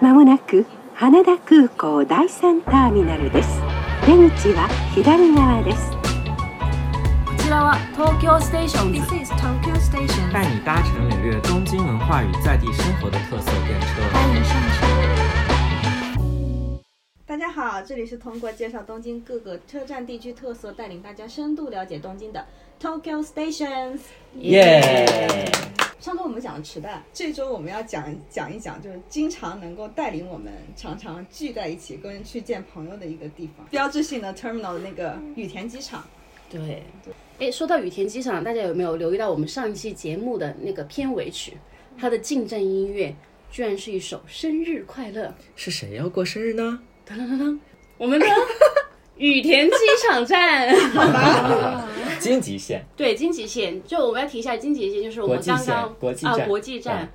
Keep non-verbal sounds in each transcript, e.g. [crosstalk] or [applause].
まもなく羽田空港第3ターミナルです出口は左側ですこちらは東京ステーションズ This is Tokyo Station，带你搭乘领略东京文化与在地生活的特色电车。欢迎上车。大家好，这里是通过介绍东京各个车站地区特色，带领大家深度了解东京的 Tokyo Stations。耶！上周我们讲了池袋，这周我们要讲讲一讲，就是经常能够带领我们常常聚在一起跟去见朋友的一个地方，标志性的 terminal 的那个羽田机场。对，哎，说到羽田机场，大家有没有留意到我们上一期节目的那个片尾曲？它的进站音乐居然是一首《生日快乐是谁要过生日呢？》。噔噔噔噔，我们的羽田机场站，京急线，对金崎线，就我们要提一下金崎线，就是我们国际刚线刚国际啊站国际站，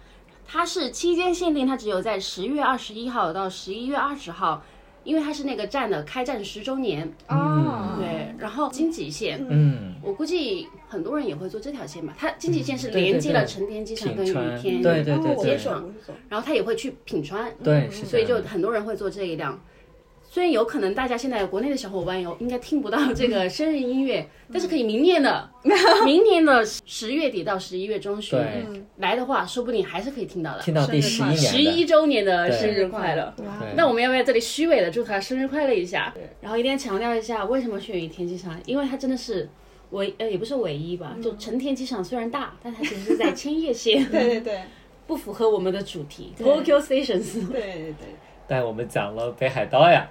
它是期间限定，它只有在十月二十一号到十一月二十号，因为它是那个站的开站十周年。哦，对，然后金崎线，嗯，我估计很多人也会坐这条线吧。它经济线是嗯对对连接了对成田机场品跟羽川田，对对对哦我对不是我不是走然后它也会去品川，对，是所以这就样的。很多人会坐这一辆。虽然有可能大家现在国内的小伙伴有应该听不到这个生日音嗯乐，但是可以明 [laughs] 年的明年的十月底到十一月中旬对来的话，说不定还是可以听到的。听到第十一年十一的，周年的对生日快乐！对那我们要不要在这里虚伪的祝他生日快乐一下？然后一定要强调一下，为什么选羽田机场？因为它真的是唯呃也不是唯一吧，就成田机场虽然大，但它其实是在千叶 [laughs] 县，对对对不符合我们的主题。Tokyo Stations，对对对。带我们讲了北海道 [laughs] 呀，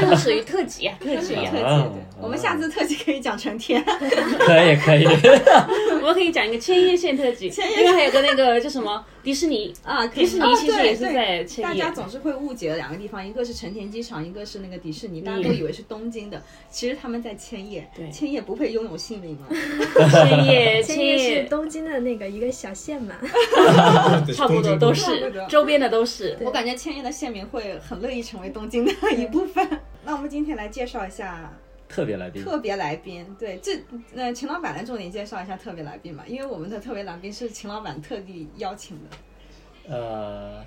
这个属于特级啊，特级特技，啊。对，我们下次特技可以讲成天，可以可以， [laughs] 我们可以讲一个千叶县特级，千叶因为还有个那个叫什 [laughs] 么迪士尼，啊，可以迪士尼其实也是哦对在对大千叶家。总是会误解两个地方，一个是成田机场，一个是那个迪士尼，大家都以为是东京的，其实他们在千叶。对千叶不配拥有姓 [laughs] 名吗？千叶，千千叶是叶，东京的那个一个小县嘛， [laughs] 差不多都差是不多周边的都是。我感觉千叶的县民会很乐意成为东京的一部分。那我们今天来介绍一下特别来宾，特别来宾，对，这呃，秦老板来重点介绍一下特别来宾嘛，因为我们的特别来宾是秦老板特地邀请的。 [laughs] 呃，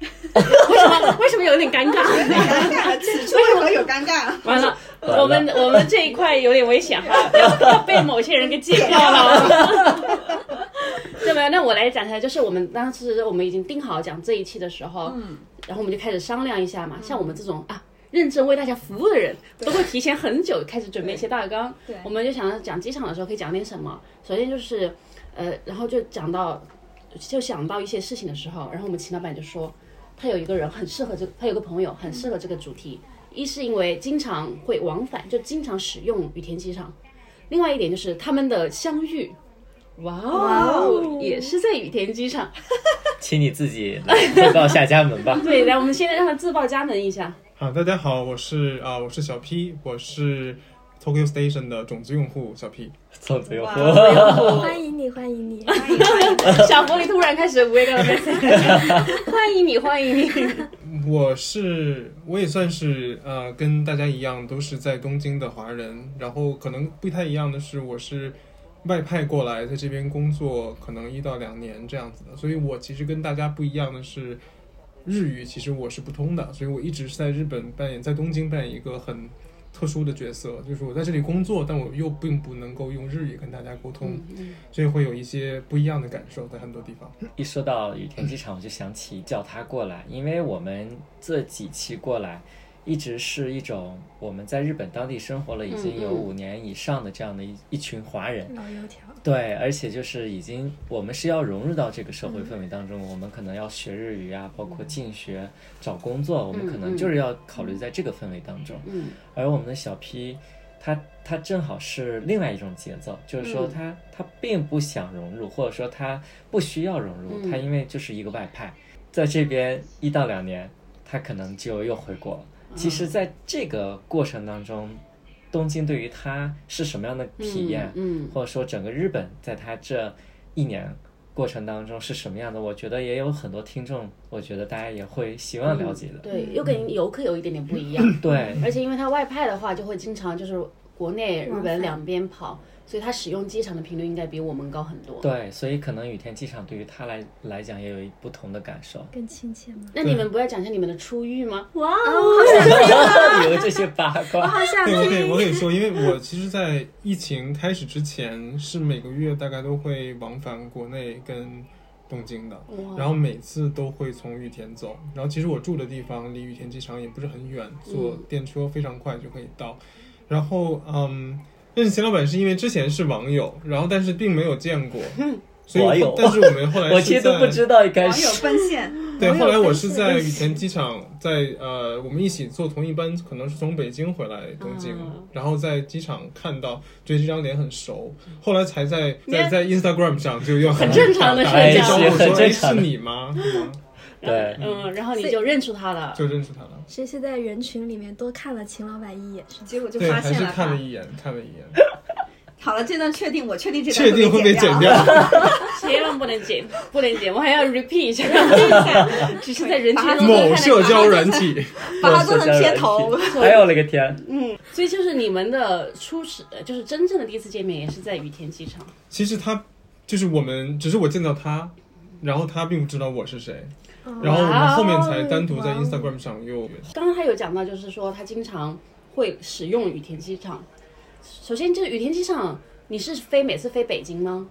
为什么为什么有点尴尬？尴尬，此处为何有尴尬？ [laughs] 完了，完了我们我们这一块有点危险哈，要被某些人给剪掉了。 [laughs] 对吧？那我来讲一下，就是我们当时我们已经定好讲这一期的时候，嗯，然后我们就开始商量一下嘛。像我们这种啊，认真为大家服务的人，都会提前很久开始准备一些大纲。对我们就想要讲机场的时候可以讲点什么。首先就是，呃，然后就讲到，就想到一些事情的时候，然后我们秦老板就说，他有一个人很适合这个，他有个朋友很适合这个主题。一是因为经常会往返，就经常使用羽田机场；另外一点就是他们的相遇，哇哦，也是在羽田机场。请你自己来汇报下家门吧。对，来，我们现在让他自报家门一 [laughs] 下。好，啊大家好，我是啊、我是小 P，我是 Tokyo Station 的种子用户小 P。宋子佑哇欢迎你，欢迎你。欢迎欢迎。小狐狸突然开始五 A 六 [laughs] 欢迎你，欢迎你。我是我也算是呃，跟大家一样都是在东京的华人，然后可能不太一样的是，我是外派过来，在这边工作可能一到两年这样子的，所以我其实跟大家不一样的是，日语其实我是不通的，所以我一直是在日本扮演，在东京扮演一个很特殊的角色，就是我在这里工作，但我又并不能够用日语跟大家沟通，嗯 [laughs] 所以会有一些不一样的感受在很多地方。一说到羽嗯田机场，我就想起叫他过来，因为我们这几期过来，一直是一种我们在日本当地生活了已经有嗯嗯五年以上的这样的一一群华人，老油条，对，而且就是已经我们是要融入到这个社嗯会氛围当中，我们可能要学日语啊，包括进学、找工作，我们可嗯嗯能就是要考虑在这个氛围当中。嗯，而我们的小 P，他他正好是另外一种节奏，就是说嗯他、他并不想融入，或者说他不需要融入，嗯他因为就是一个外派，在这边一到两年，他可能就又回国了。其实，嗯在这个过程当中，东京对于他是什么样的体验？嗯，或者说整个日本在他这一年过程当中是什么样的，我觉得也有很多听众，我觉得大家也会希望了解的。嗯对，又跟游客有一点点 [laughs] 不一样，对，而且因为他外派的话，就会经常就是国内、日本两边跑，所以它使用机场的频率应该比我们高很多。对，所以可能羽田机场对于他来来讲也有一不同的感受。 [laughs] 更亲切吗？那你们不要讲一下你们的初遇吗？哇哦，留这些八卦， [laughs] 好想对，我可以听！我可以说，因为我其实，在疫情开始之前，是每个月大概都会往返国内跟东京的，然后每次都会从羽田走。然后其实我住的地方离羽田机场也不是很远，坐电车非常快就可以到。然后，嗯，认识钱老板是因为之前是网友，然后但是并没有 [laughs] 见过，所以网友我但是我们后来 [laughs] 我是其实都在不知道一开网友始。奔现，对，网友后来我奔是现在羽田机场，在呃，我们一起坐同一班，可能是从北京回来东京，啊然后在机场看到，觉得这张脸很熟，后来才在在在 Instagram 上就用很正常的社打哎招交呼是说很哎正是常的你吗？是吗对，嗯，然后你就认出他了。就认识他了。谁是在人群里面多看了秦老板一眼？是吗结果就对，发还现是了看了他。一眼，看了一眼，好了，这段确定，我确定这段确定会被剪掉。千万不能剪， [laughs] 不能剪，我还要 repeat [laughs] 一下。只是在人群中某社交软体，把它做成贴头。 [laughs] 哎呦我勒个天！ [laughs] 所以就是你们的初始，呃就是真正的第一次见面也是在羽田机场。其实他就是我们，只是我见到他，然后他并不知道我是谁，哦然后我们后面才单独在 Instagram 上又刚刚他有讲到，就是说他经常会使用羽田机场。首先就是羽田机场，你是飞每次飞北京吗？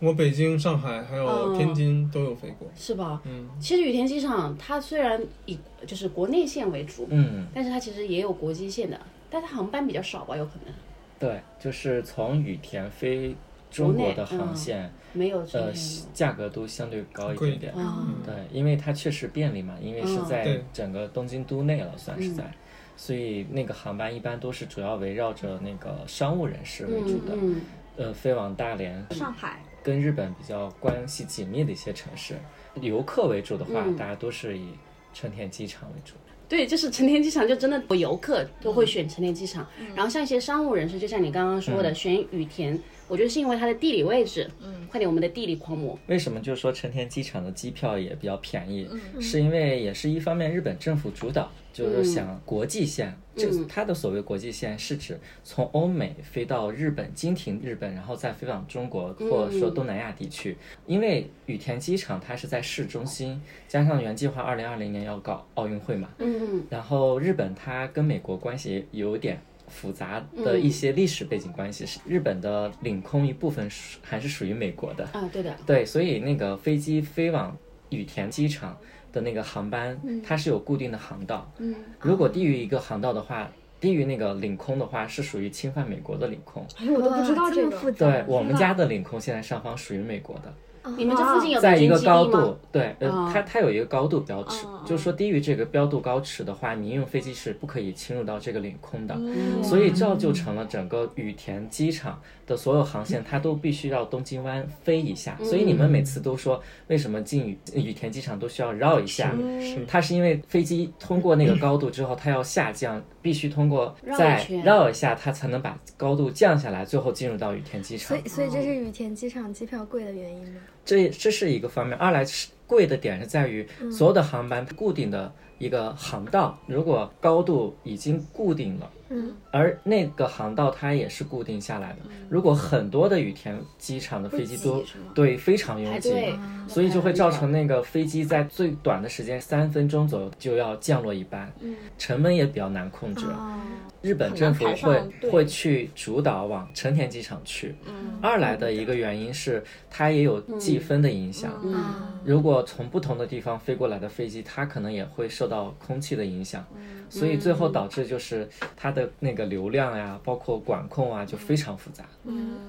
我北京、上海还有哦天津都有飞过。是吧？嗯，其实羽田机场它虽然以就是国内线为主，嗯，但是它其实也有国际线的，但它航班比较少吧，有可能对，就是从羽田飞中国的航线，没有嗯这呃个。，价格都相对高一贵一点点。啊，对，因为它确实便利嘛，因为是嗯在对整个东京都内了，算是在，所以那个航班一般都是主要围绕着那个商务人士为主嗯的，嗯，呃，飞往大连上海，跟日本比较关系紧密的一些城市，游客为主的话，嗯大家都是以成田机场为主。对，就是成田机场，就真的游客都会选成田机场。然后像一些商务人士，就像你刚刚说嗯的，选羽田，我觉得是因为它的地理位置。嗯，快点，我们的地理狂魔。为什么就说成田机场的机票也比较便宜？是因为也是一方面日本政府主导，就是想国际线。这它的所谓国际线是指从欧美飞到日本，经停日本，然后再飞往中国或者说东南亚地区。因为羽田机场它是在市中心，加上原计划二零二零年要搞奥运会嘛，嗯然后日本它跟美国关系有点复杂的一些历史背景关系，是日本的领空一部分属还是属于美国的。啊，对的，对，所以那个飞机飞往羽田机场的那个航班，它是有固定的航道。嗯，如果低于一个航道的话，低于那个领空的话，是属于侵犯美国的领空。哎，我都不知道哇这这么个。复杂。对我们家的领空现在上方属于美国的。你们这附近有在一个民高基地吗度，对，哦呃，它它有一个高度标尺哦，就是说低于这个标度高尺的话，民用飞机是不可以侵入到这个领空的，嗯所以这就成了整个羽田机场的所有航线，它都必须要东京湾飞一下。所以你们嗯每次都说为什么进羽羽田机场都需要绕一下？嗯是它是因为飞机通过那个高度之后，它要下降，必须通过绕一再圈绕一下，它才能把高度降下来，最后进入到羽田机场所。以，所以这是羽田机场机票贵的原因吗？这这是一个方面。二来是贵的点是在于嗯所有的航班固定的一个航道，如果高度已经固定了。嗯，而那个航道它也是固定下来的。如果很多的羽田机场的飞机嗯会都挤是吗对非常排拥挤，队，所以就会造成那个飞机在最短的时间三分钟左右就要降落一班，嗯成本也比较难控制。哦啊日本政府很难排上会队会去主导往成田机场去。嗯二来的一个原因是它也有计分的影响。嗯哦嗯啊，如果从不同的地方飞过来的飞机，它可能也会受到空气的影响，嗯所以最后导致就是它的那个流量呀、包括管控啊，就非常复杂。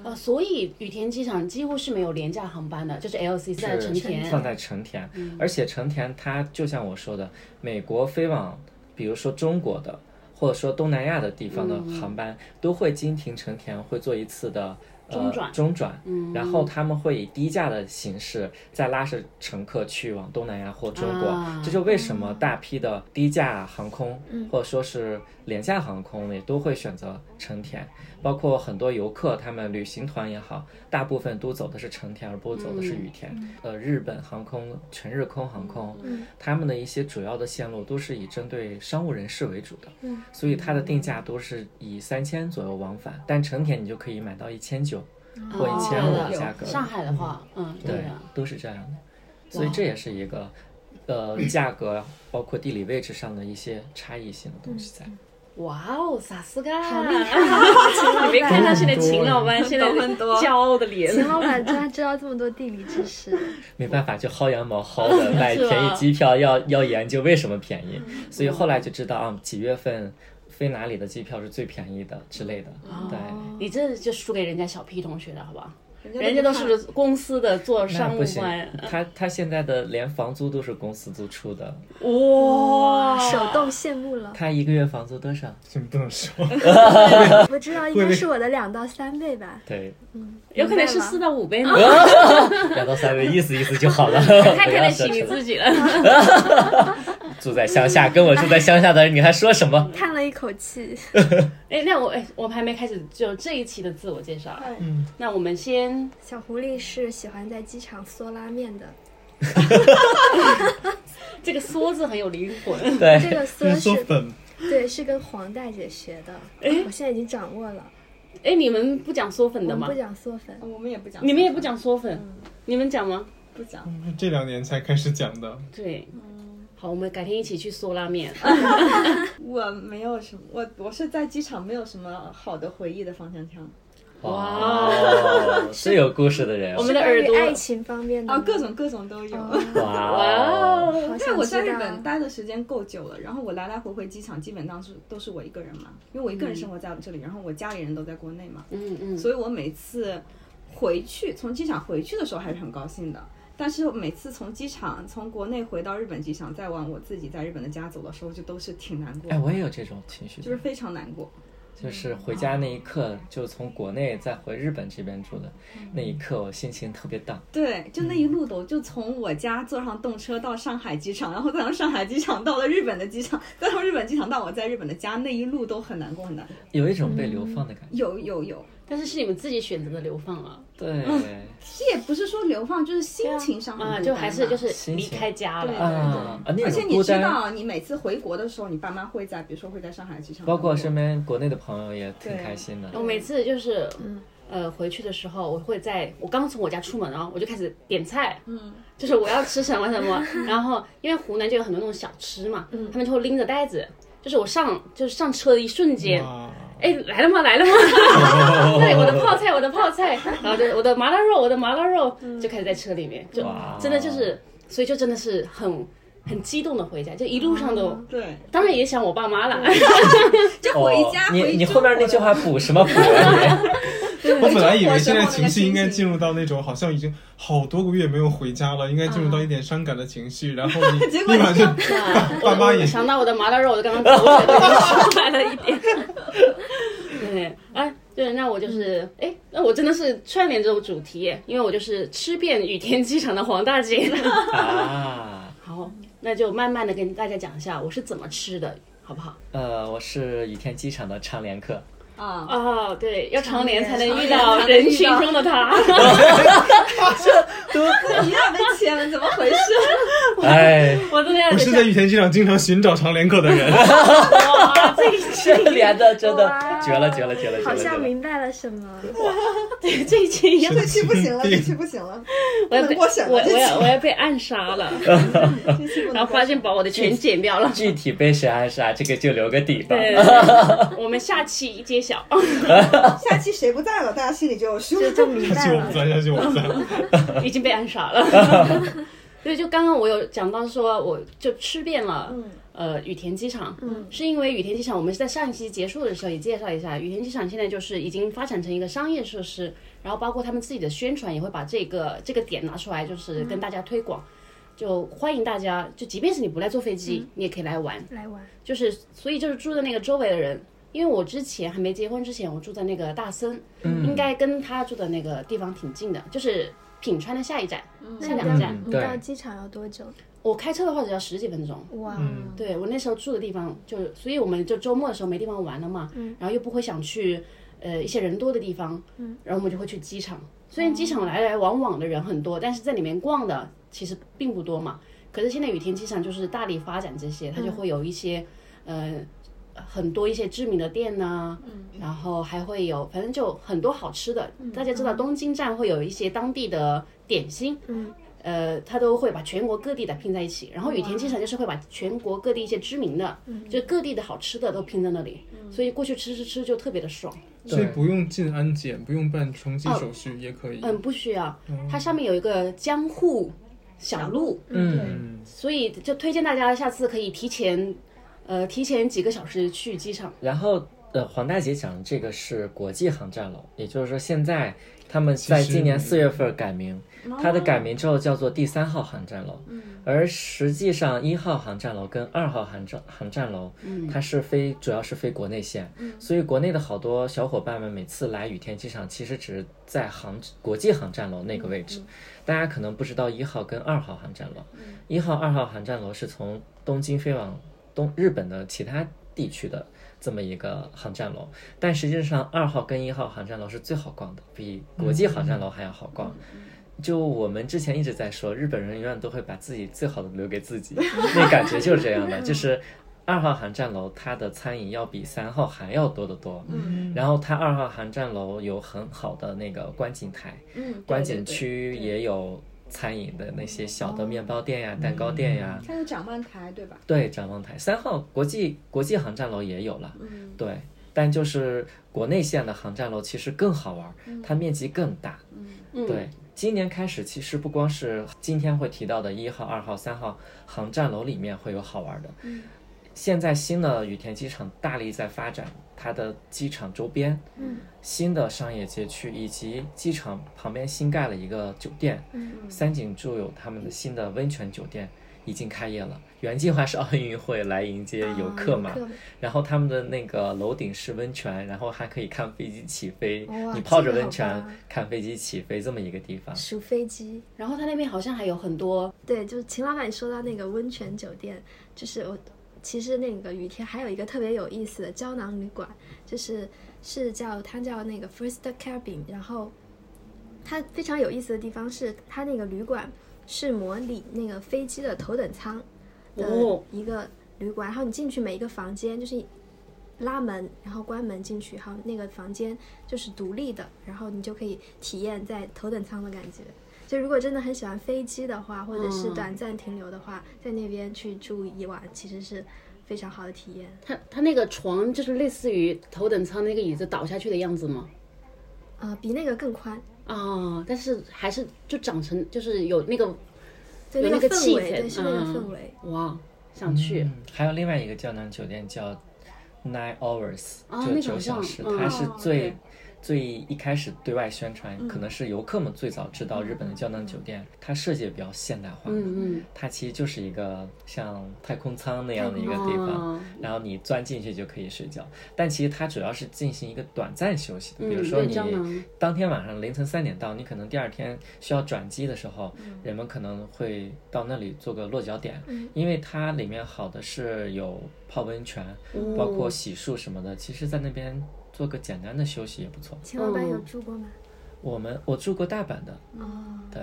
呃，所以羽田机场几乎是没有廉价航班的，就是 LCC 在成田，嗯放在成田，而且成田它就像我说的，美国飞往比如说中国的，或者说东南亚的地方的嗯航班，都会经停成田，会做一次的。呃中转嗯中转，然后他们会以低价的形式再拉着乘客去往东南亚或中国，啊这就为什么大批的低价航空、嗯或者说是廉价航空也都会选择成田，包括很多游客，他们旅行团也好，大部分都走的是成田，而不走的是羽田。嗯呃，日本航空、全日空航空，他们的一些主要的线路都是以针对商务人士为主的，嗯所以它的定价都是以三千左右往返，但成田你就可以买到一千九，嗯或一千五的价格。啊哦上海的话，嗯，对对呀，，都是这样的，所以这也是一个，呃，价格包括地理位置上的一些差异性的东西嗯在。哇哦，萨斯嘎，好 [laughs] 厉害！啊你别看他现在秦老板现在懂很多骄傲的 [laughs] 脸，秦老板居然知道这么多地理知识，没办法，就薅羊毛薅 [laughs] 的，买是吧嗯便宜机票要要研究为什么便宜，所以后来就知道啊，几月份飞哪里的机票是最便宜的之类的。哦对，你这就输给人家小 P 同学了，好吧？嗯人人家家都都是公司的做那商务不行官，，嗯他他现在的连房租都是公司租出的，哇，手动羡慕 [laughs] 了。他一个月房租多少？真 [laughs] 不能说。我知道应该是我的两到三倍吧，对，有可能是四到五倍呢， [laughs] 两到三倍，意思意思就好了，哦太不看要得奢起你侈了。自 [laughs] 己了。住在乡下，跟我住在乡下的 [laughs] 人，你还说什么？叹了一口气。哎，那我哎，我们还没开始就这一期的自我介绍啊，嗯那我们先小狐狸是喜欢在机场嗦拉面的，这个“缩”字很有灵魂，对， [laughs] 这个就是嗦说是粉，对，是跟黄大姐学的，哎啊我现在已经掌握了。哎，你们不讲缩粉我的们吗不？讲嗯嗦粉，我们也不讲，你们也不讲缩粉，你们讲吗？不讲，这两年才开始讲的。对，嗯好，我们改天一起去缩拉面。啊我没有什么，我我是在机场没有什么好的回忆的方向枪哇，是有故事的人， [laughs] 我们是的关耳于朵爱情方面的啊，吗各种各种都有。 [laughs] 哦哇哦，好因为想我在知日道本待的时间够久了，然后我来来回回机场基本上是都是我一个人嘛，因为我一个人生活在这里，然后我家里人都在国内嘛，嗯嗯，所以我每次回去从机场回去的时候还是很高兴的，但是每次从机场从国内回到日本机场，再往我自己在日本的家走的时候，就都是挺难过哎，的，我也有这种情绪，就是非常难过。就是回家那一刻，就从国内再回日本这边住的嗯那一刻，我心情特别荡。对，就那一嗯路的，我就从我家坐上动车到上海机场，然后再从上海机场到了日本的机场，再从日本机场到我在日本的家，那一路都很难过，很难过。有一种被流放的感觉。有有有，但是是你们自己选择的流放啊，嗯对，这也不是说流放，就是心情上很啊，孤就单还是嘛就是心离情开家对了，啊啊，那而且种你孤知单，道，你每次回国的时候，你爸妈会在，比如说会在上海机场等我，包括身边国内的朋友也挺开心的我。每次就是，呃，回去的时候，我会在我刚从我家出门哦，我就开始点菜，嗯，就是我要吃什么什么，然后因为湖南就有很多那种小吃嘛，他们就会拎着袋子，就是我上就是上车的一瞬间，哇，哎，来了吗？来了吗？ [laughs] 对，我的泡菜，我的泡菜，然后就我的麻辣肉，我的麻辣肉，就开始在车里面，就哇真的就是，所以就真的是很很激动的回家，就一路上都，对，当然也想我爸妈了，就哦回家，，你回你中后面国那句的 [laughs] 话补什么补啊？我本来以为现在情绪应该进入到那种好像已经好多个月没有回家了，应该进入到一点伤感的情绪，然后你结果立你马就 [laughs] 爸妈也我想到我的麻辣肉，我就刚刚口水都出来了一点。对，哎，对，那我就是，哎，那我真的是串联这种主题耶，因为我就是吃遍羽田机场的黄大姐。你啊， [laughs] 好，那就慢慢的跟大家讲一下我是怎么吃的，好不好？呃，我是羽田机场的常连客，啊，哦，对，要常年才能遇常到年才能人群遇到中的他。 [laughs] 一下被 [laughs] 签了，怎么回 [laughs] 事？哎， [laughs] 我真的要我等一是下在羽田机场经常寻找常连客的人。哇，这一这连的真的哇绝了绝了绝了绝好了绝像了！明白了 [laughs] 什么，对这一期要这期不行了，这期不行了，我要不被能过审我了，这我要我期要被暗 [laughs] 杀了，这期不能 [laughs] 然后过发审。现把我的全剪掉 [laughs] 了。具体被谁暗杀，这个就留个底吧。对，对对我们下期揭晓。下期谁不在了，大家心里就有数。就就明 [laughs] 下期白我不了。在，下期我不在。 [laughs] 已经被暗杀了。对，就刚刚我有讲到说，我就吃遍了，呃，羽田机场，是因为羽田机场，我们是在上一期结束的时候也介绍一下，羽田机场现在就是已经发展成一个商业设施，然后包括他们自己的宣传也会把这个这个点拿出来，就是跟大家推广，就欢迎大家，就即便是你不来坐飞机，你也可以来玩，来玩，就是所以就是住在那个周围的人，因为我之前还没结婚之前，我住在那个大森，应该跟他住的那个地方挺近的，就是品川的下一站，下两站。嗯你对到机场要多久？我开车的话只要十几分钟。哇，哦对我那时候住的地方就，所以我们就周末的时候没地方玩了嘛，然后又不会想去呃一些人多的地方，然后我们就会去机场。虽然机场来来往往的人很多，但是在里面逛的其实并不多嘛。可是现在羽田机场就是大力发展这些，它就会有一些、呃很多一些知名的店呐、然后还会有，反正就很多好吃的。大家知道东京站会有一些当地的点心，嗯，呃，它都会把全国各地的拼在一起。然后羽田机场就是会把全国各地一些知名的，就各地的好吃的都拼在那里，所以过去吃吃吃就特别的爽。所以不用进安检，不用办重新手续也可以。嗯，不需要，它上面有一个江户小路，嗯，所以就推荐大家下次可以提前，呃，提前几个小时去机场。然后呃，黄大姐讲这个是国际航站楼，也就是说现在他们在今年其实嗯四月份改名，它的改名之后叫做第三号航站楼，而实际上一号航站楼跟二号航站航站楼，嗯它是飞主要是飞国内线，所以国内的好多小伙伴们每次来羽田机场，其实只是在航国际航站楼那个位置，大家可能不知道一号跟二号航站楼，一号、二号航站楼是从东京飞往东日本的其他地区的这么一个航站楼，但实际上二号跟一号航站楼是最好逛的，比国际航站楼还要好逛。就我们之前一直在说，日本人永远都会把自己最好的留给自己，那感觉就是这样的，就是。二号航站楼它的餐饮要比三号还要多得多，嗯，然后它二号航站楼有很好的那个观景台，嗯，观景区也有餐饮的那些小的面包店呀、蛋糕店呀，嗯它有展望台对吧？对，展望台三号国际国际航站楼也有了，嗯对，但就是国内线的航站楼其实更好玩，它面积更大，嗯，对。今年开始，其实不光是今天会提到的一号、二号、三号航站楼里面会有好玩的。现在新的羽田机场大力在发展它的机场周边，新的商业街区以及机场旁边新盖了一个酒店，三井住友他们的新的温泉酒店已经开业了。原计划是奥运会来迎接啊游客啊嘛，然后他们的那个楼顶是温泉，然后还可以看飞机起飞，哇你泡着这个温好泉棒看飞机起飞这么一个地方。数飞机。然后它那边好像还有很多，对，就是秦老板说到那个温泉酒店，就是我其实那个雨天还有一个特别有意思的胶囊旅馆，就是是叫它叫那个 First Cabin，然后它非常有意思的地方是它那个旅馆是模拟那个飞机的头等舱的哦一个旅馆，然后你进去每一个房间就是。拉门，然后关门进去，然后那个房间就是独立的，然后你就可以体验在头等舱的感觉。就如果真的很喜欢飞机的话，或者是嗯短暂停留的话，在那边去住一晚，其实是非常好的体验。它它那个床就是类似于头等舱那个椅子倒下去的样子吗？呃，比那个更宽，啊、但是还是就长成就是有那个对有那那个氛气围，氛对是那个嗯氛围。哇，想去、嗯还有另外一个胶囊酒店叫 Nine Hours，、啊就那个九好小像时，嗯嗯它是哦最、对最一开始对外宣传，可能是游客们最早知道日本的胶囊酒店，它设计也比较现代化。嗯嗯，它其实就是一个像太空舱那样的一个地方，啊然后你钻进去就可以睡觉。但其实它主要是进行一个短暂休息的，嗯比如说对你胶囊当天晚上凌晨三点到，你可能第二天需要转机的时候，嗯人们可能会到那里做个落脚点，因为它里面好的是有泡温泉，哦包括洗漱什么的，其实在那边做个简单的休息也不错。秦老板有嗯住过吗？我们我住过大阪的，哦，对，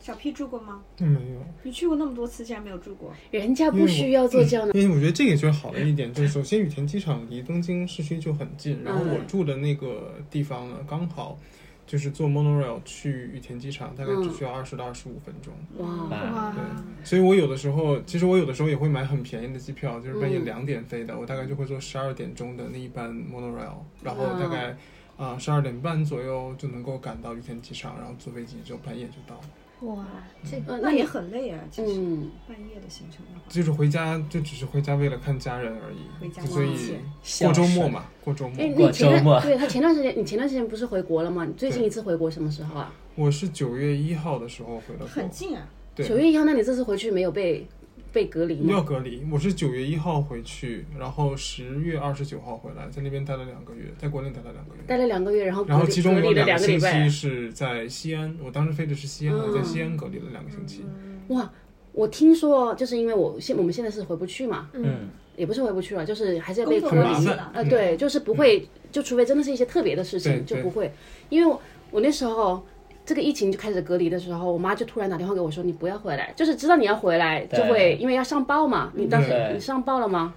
小 P 住过吗？没有。你去过那么多次，竟然没有住过？人家不需要做胶囊，因为我觉得这个就好了一点，就是首先羽田机场离东京市区就很近，然后嗯我住的那个地方呢，刚好就是坐 monorail 去羽田机场，大嗯概只需要二十到二十五分钟。嗯哇，哇，哦哇，对，所以我有的时候，其实我有的时候也会买很便宜的机票，就是嗯半夜两点飞的，我大概就会坐十二点钟的那一班嗯 monorail，然后大概啊十二点半左右就能够赶到羽田机场，然后坐飞机就半夜就到了。哇，这呃那也很累啊，其实嗯，半夜的行程的话，就是回家就只是回家为了看家人而回已，家就所花以钱过周末嘛，过周末哎，。过你前周末段对他前段时间，你前段时间不是回国了吗？你最近对一次回国什么时候啊？我是九月一号的时候回的国很，近啊。对九月一号，那你这次回去没有被被隔离要吗？隔离。我是九月一号回去，然后十月二十九号回来，在那边待了两个月，在国内待了两个月。待了两个月，然后然后隔离其中隔有离了两两个星礼拜嗯期。是在西安，我当时飞的是西安，我在西安隔离了两个星期。哇，我听说就是因为我现我们现在是回不去嘛，嗯，也不是回不去了，就是还是要被工隔作很关麻系离。烦了，呃，对，就是不会，就除非真的是一些特别的事情，嗯对就不会。因为我我那时候这个疫情就开始隔离的时候，我妈就突然打电话给我说：“你不要回来。”就是知道你要回来，就对会因为要上报嘛。你当时对你上报了吗？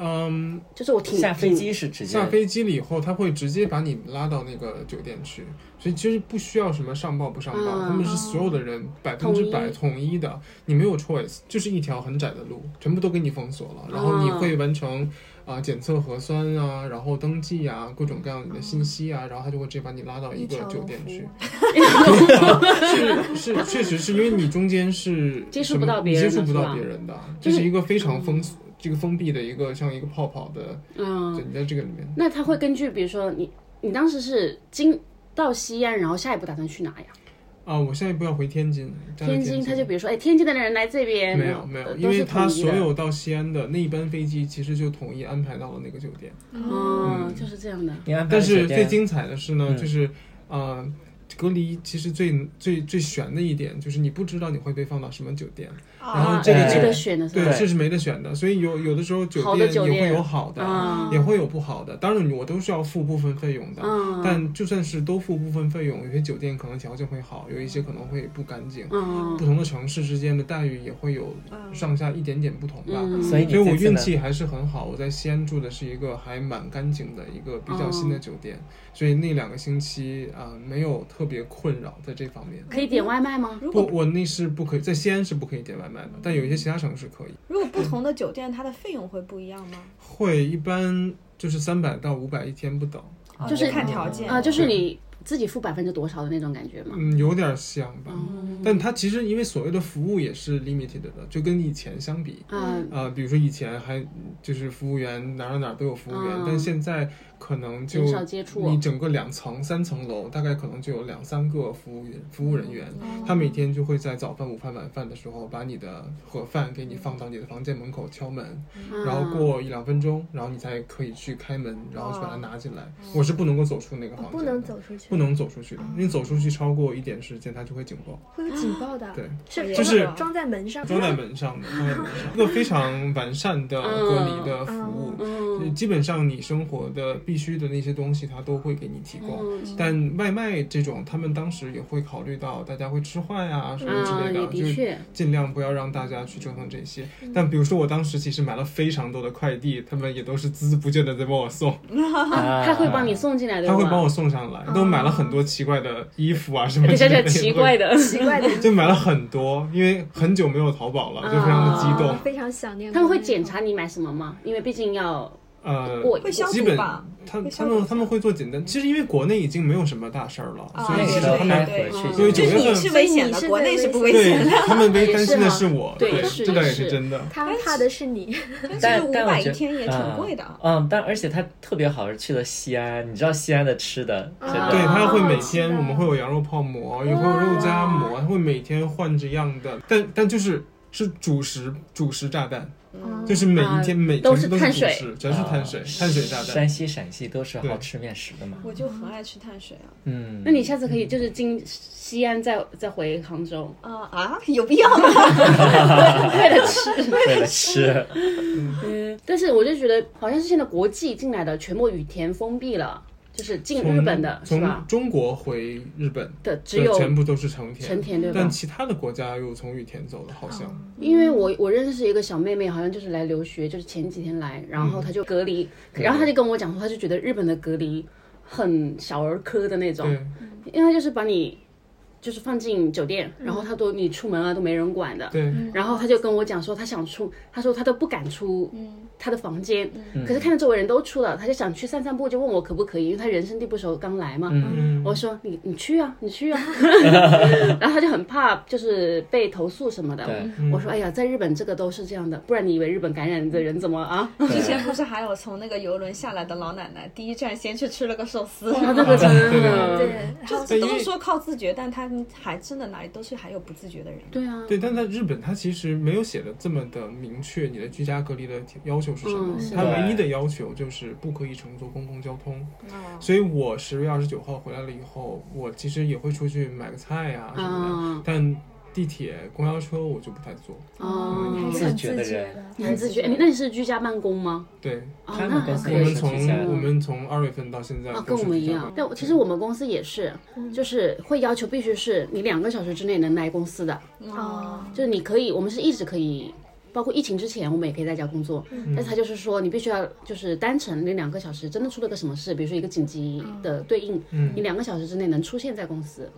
嗯，就是我挺下飞机是直接下飞机了以后，他会直接把你拉到那个酒店去，所以其实不需要什么上报不上报，嗯他们是所有的人百分之百统一的，你没有 choice，就是一条很窄的路，全部都给你封锁了，然后你会嗯完成啊、检测核酸啊，然挺然后登记啊，各种各样你的信息啊，然后他就会直接把你拉到一个酒店去。 [laughs] 是是，确实是因为你中间是 [laughs] 接触什么不到别你人接的触是嗯不到吧别人的，这是一个非常封锁、这个封闭的一个像一个泡泡的，嗯，对，你在这个里面。那他会根据比如说你你当时是经到西安，然后下一步打算去哪呀？啊，我下一步要回天津，待在天津，他就比如说，哎，天津的人来这边，没有没有，呃因为都他所，是统一的有到西安的那一班飞机其实就统一安排到了那个酒店。嗯哦，就是这样的，你安排但是酒最店精彩的是呢，嗯就是呃，隔离其实最最最悬的一点就是你不知道你会被放到什么酒店，然后啊这个没就得选的是对，吧？这是没得选的，所以有有的时候酒好的店酒也会店有好的，啊也会有不好的。当然，我都是要付部分费用的，嗯但就算是都付部分费用，有些酒店可能条件会好，有一些可能会不干净。嗯不同的城市之间的待遇也会有上下一点点不同吧，嗯所以你所以我这次呢运气还是很好，我在西安住的是一个还蛮干净的一个比较新的酒店，所以那两个星期啊、没有特别困扰在这方面。可以点外卖吗？如不，果我那是不可以，在西安是不可以点外卖的，但有一些其他城市可以。如果不同的酒店，它的费用会不一样吗？会一般就是三百到五百一天不等，就是哦看条件啊，就是你自己付百分之多少的那种感觉嘛。嗯，有点像吧。但它其实因为所谓的服务也是 limited 的，就跟以前相比，啊，嗯啊，比如说以前还就是服务员哪儿哪儿哪儿都有服务员，嗯但现在可能就减少接触你整个两层三层楼大概可能就有两三个服务员服务人员，嗯他每天就会在早饭、午饭、晚饭的时候把你的盒饭给你放到你的房间门口敲门，嗯然后过一两分钟，然后你才可以去开门，然后去哦把它拿进来。我是不能够走出那个房间、哦不能。走哦出去不，能走出去的，因为走出去超过一点时间，它就会警报。会有警报的。对，是就是装装在门上，装在门上的，装在门上，一个非常完善的隔离的服务。嗯就基本上你生活的必须的那些东西，它都会给你提供。嗯但外卖这种，他们当时也会考虑到大家会吃坏啊什么之啊，类也的，的就确，嗯尽量不要让大家去折腾这些。但比如说我当时其实买了非常多的快递，他们也都是孜孜不倦的在帮我送，啊他会帮你送进来的，他会帮我。送上来，都买了很多奇怪的衣服啊什么哦对之对类对，的，奇怪 [laughs] 的，奇怪的，就买了很多，因为很久没有淘宝了，就非常的激动。哦非常想念。他们会检查你买什么吗？因为毕竟要呃，过会消基毒本吧？他会他消们毒他们会做简单，其实因为国内已经没有什么大事儿了，啊所那以个其时实啊候他拍们回去，所以九就是你月份是危险的，所以你是国内是不危在险对的。他们唯担心的也是是我，对对，是这倒也是是真的。他怕的是你，但但是五但我百觉一得天也挺贵的啊。嗯。嗯，但而且它特别好，是去了西安，你知道西安的吃的，啊真的对，他会每是天的我们会有羊肉泡馍，也会有肉夹馍，他会每天换着样的，但但就是是主食主食炸弹，嗯哦就是每一天每都全是部都是碳主水食，全是碳水啊碳水炸弹山。西、陕西都是好吃面食的嘛。我就很爱吃碳水啊。嗯，那你下次可以就是经西安再再回杭州，啊啊，有必要吗？为了吃。为了吃，但是我就觉得好像是现在国际进来的全部羽田封闭了，就是进日本的是从吧？中国回日本的只的有全部都是成田，成田对吧哦但其他的国家又从羽田走了，好像。因为我我认识一个小妹妹，好像就是来留学，就是前几天来，然嗯后她就隔离，然后她就跟我讲说，她就觉得日本的隔离很小儿科的那种，对因为她就是把你就是放进酒店，然后她都你出门啊都没人管的。对，然后她就跟我讲说，她想出，她说她都不敢出她的房间，可是看到周围人都出了，她就想去散散步，就问我可不可以，因为她人生地不熟，刚来嘛。嗯我说你你去啊，你 [laughs] 去啊， [laughs] 然后他就很怕就是被投诉什么 [laughs] 的。对我说哎呀，在日本这个都是这样的，不然你以为日本感染的人怎 [laughs] 么啊？ [laughs] 之前不是还有从那个游轮下来的老奶奶，第一站先去吃了个寿司，这个真啊对啊的，对，就是都是说靠自觉，但他还真的哪里都是还有不自觉的人。对啊，对，但在日本，它其实没有写的这么的明确，你的居家隔离的要求是什么嗯是？它的唯一的要求就是不可以乘坐公共交通。嗯所以我十月二十九号回来了以后，我其实也会出去买个菜啊什么啊的，但地铁、公交车我就不太坐。哦，自觉的人，你很自觉。哎那你是居家办公吗？对，哦，他那们还公司可我也以们是嗯居从家我们从二月份到现在啊，都跟是我们居一家样办。但我其实我们公司也是，就是会要求必须是你两个小时之内能来公司的，哦，就是你可以，我们是一直可以。包括疫情之前，我们也可以在家工作，但是他就是说你必须要就是单程那两个小时，真的出了个什么事，比如说一个紧急的对应，你两个小时之内能出现在公司。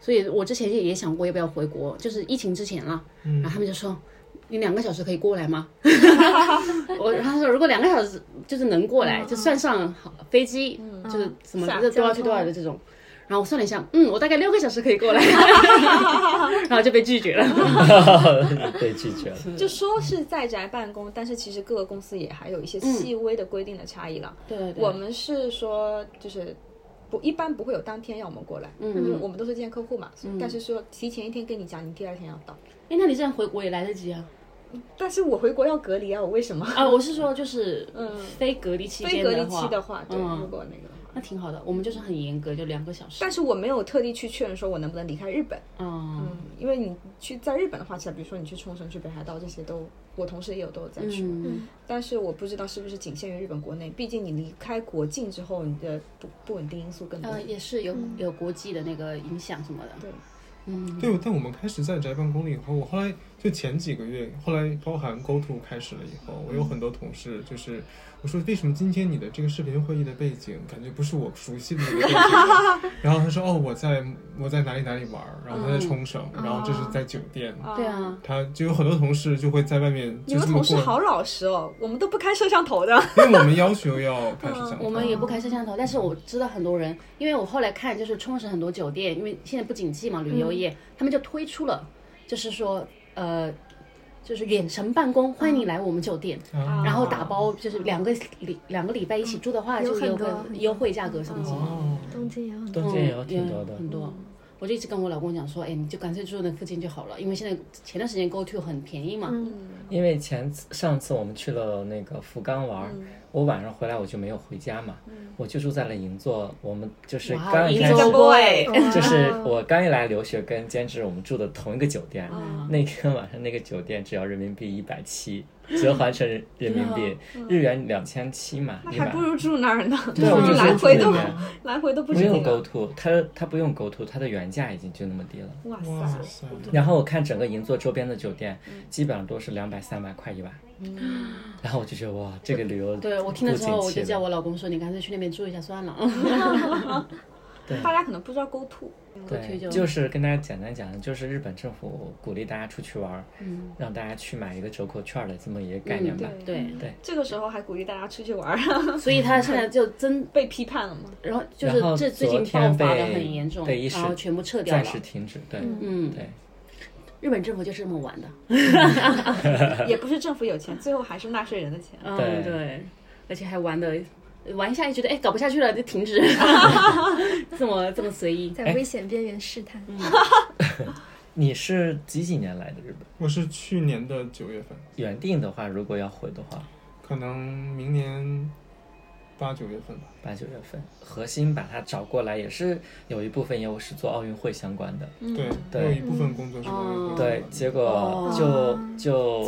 所以我之前也也想过要不要回国，就是疫情之前啦，然后他们就说。你两个小时可以过来吗？ [laughs] 我然后他说，如果两个小时就是能过来，就算上飞机，就是什么是啊这多少去多少的这种。然后我算了一下，嗯，我大概六个小时可以过来， [laughs] 然后就被拒绝了。 [laughs] 被拒绝了。就说是在宅办公，但是其实各个公司也还有一些细微的规定的差异了。对嗯对对我们是说就是。不，一般不会有当天要我们过来，嗯，我们都是见客户嘛，嗯但是说提前一天跟你讲，你第二天要到。哎，那你这样回国也来得及啊？但是我回国要隔离啊，我为什 [laughs] 么？啊，我是说就是，非隔离期嗯非间隔的离期话，的话，对，如嗯，果那个的话，那挺好的。我们就是很严格，就两个小时但。是我没有特地去确认说我能不能离开日本，嗯因为你去在日本的话，其实比如说你去冲绳、去北海道这些都，我同事也有都有在去，嗯，但是我不知道是不是仅限于日本国内，毕竟你离开国境之后，你的不不稳定因素更多。呃，也是有有国际的那个影响什么的。对，嗯，对，但我们开始在宅办公了以后，我后来就前几个月，后来包含 GoTo 开始了以后，我嗯有很多同事就是我说为什么今天你的这个视频会议的背景感觉不是我熟悉的 [laughs] 那个背景？然后他说哦我在我在哪里哪里玩儿，然后他嗯在冲绳，然后这哦是在酒店。对啊，他就有很多同事就会在外面你就们这么同事好过，老实哦，我们都不开摄像头的。因为我们要 [laughs] 求要开始嗯讲，我们也不开摄像头，但是我知道很多人，因为我后来看就是冲绳很多酒店，因为现在不景气嘛，旅游业，他们就推出了，就是说呃，就是远程办公，欢迎你来我们酒店，啊然后打包就是两个礼两个礼拜一起住的话，哦嗯有就很有多个很多优惠价格什么什么。哦，东京也有很多东京也有挺多的嗯，很多。我就一直跟我老公讲说，哎，你就干脆住那附近就好了，因为现在前段时间 GoTo 很便宜嘛。嗯嗯因为前次上次我们去了那个福冈玩儿，我晚上回来我就没有回家嘛，我就住在了银座。我们 [laughs] 就是哇刚一银开始座 boy， [laughs] 就是哦我刚一来留学跟兼职，我们住的同一个酒店。那天晚上那个酒店只要人民币一百七，折合成人人民币日元两千七嘛，一还晚不。如住 [laughs] 那儿呢，对，我就来说住回里都面， [laughs] 来回都不啊不止那用个。 GoTo，它它不用 GoTo，它的原价已经就那么低了。哇哇塞！塞，然后我看整个银座周边的酒店，嗯基本上都是两百、三百块一晚。然后我就觉得哇，这个旅游对嗯我听了不之景后，我气就了叫我老公说，你干脆去那边住一下算了。嗯大家可能不知道 Go To，对，去就就是跟大家简单讲，就是日本政府鼓励大家出去玩儿，嗯让大家去买一个折扣券儿的这么一个概念吧。 [laughs] 对，这个时候还鼓励大家出去玩儿，啊所以他现在就增， [laughs] 被批判了嘛？然后就然后是这最昨近爆天发被的很严重，被一时然后全部撤掉暂了。时停止，对，嗯，对，日本政府就是这么玩的。也不是政府有钱，最后还是纳税人的钱。嗯，对对，而且还玩的玩一下就觉得哎搞不下去了 [laughs] 就停止，这么这么 [laughs] 随意。 [laughs] 在危险边缘试探。嗯你是几几年来的日本？我是去年的九月份，原定的话，如果要回的话，可能明年八九月份吧。八九月份，核心把它找过来，也是有一部分业务是做奥运会相关的，嗯对，对我有一部分工作是关于对，结果哦就、错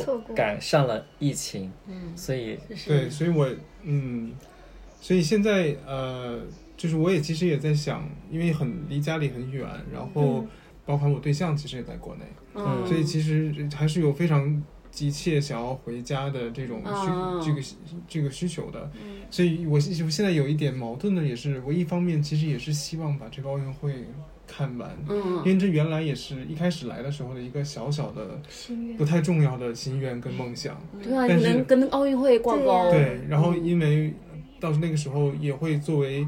就过赶上了疫情，所以对，所以我嗯，所以现在呃，就是我也其实也在想，因为很离家里很远，然后包含我对象其实也在国内，嗯所以其实还是有非常急切想要回家的这种需、哦这个需这个需求的。嗯所以我现我现在有一点矛盾的也是，我一方面其实也是希望把这个奥运会看完，因嗯，为这原来也是一开始来的时候的一个小小的心不愿，太重要的心愿跟梦想。对啊，但你是能跟奥运会挂对钩。呀对，然后因为到那个时候也会作为，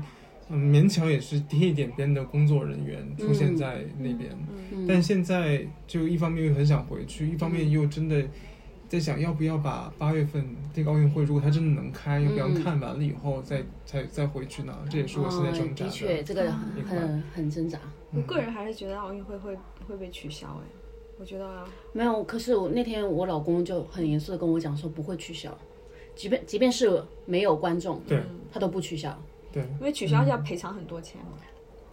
嗯，勉强也是贴一点边的工作人员出现在那边，嗯但现在就一方面又很想回去，一方面又真的在想要不要把八月份这个奥运会，如果它真的能开，要不要嗯看完了以后再再再回去呢？这也是我现在挣嗯扎的确，的。这个一块很很挣扎。我个人还是觉得奥运会会会被取消哎，我觉得啊没有，可是我那天我老公就很严肃的跟我讲说不会取消，即便即便是没有观众，对啊他都不取消。对，因为取消要赔偿很多钱嘛。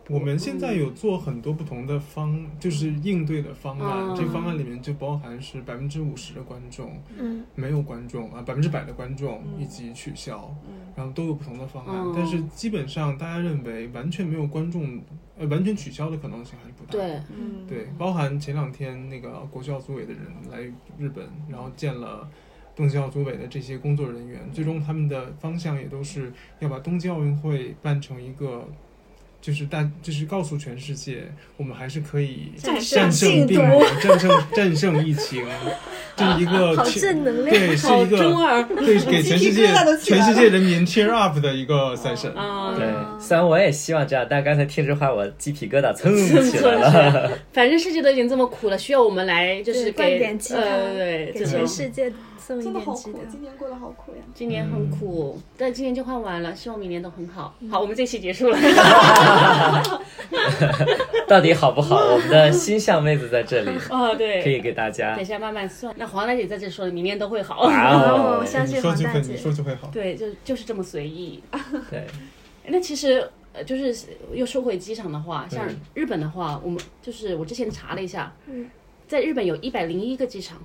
我们现在有做很多不同的方，就是应对的方案。哦这方案里面就包含是百分之五十的观众，嗯，没有观众啊，百分之百的观众以及取消，然后都有不同的方案。嗯但是基本上大家认为完全没有观众呃，完全取消的可能性还是不大。对， [laughs] 嗯，对，包含前两天那个国际奥组委的人来日本，然后见了东京奥组委的这些工作人员，最终他们的方向也都是要把东京奥运会办成一个，就是大，就是告诉全世界，我们还是可以战胜战胜病魔，战胜战胜疫情， [laughs] 这一个好全正能量。对是好一个中二对给全鸡世界皮疙瘩都起来全了世界人民 cheer up 的一个赛事。嗯嗯啊，对，虽然我也希望这样，但刚才听这话，我鸡皮疙瘩蹭起来了。了。反正世界都已经这么苦了，需要我们来就是对灌给点鸡汤呃对给这全种。世界送一真的点好鸡苦，今汤。年过得好苦呀。今年嗯很苦，但今年就换完了，希望明年都很好。好，我们这期结 [laughs] 束了。到底好不好？我们的星象妹子在这里，哦，对，可以给大家 [laughs] 等一。下慢慢算。那黄大姐在这说了，明年都会好。哇啊哦我，相你信说黄就大会，姐你。说就会好。 [laughs] 对，就就是这么随意。对，那其实呃，就是又说回机场的话，像日本的话，我们就是我之前查了一下，嗯在日本有一百零一个机场，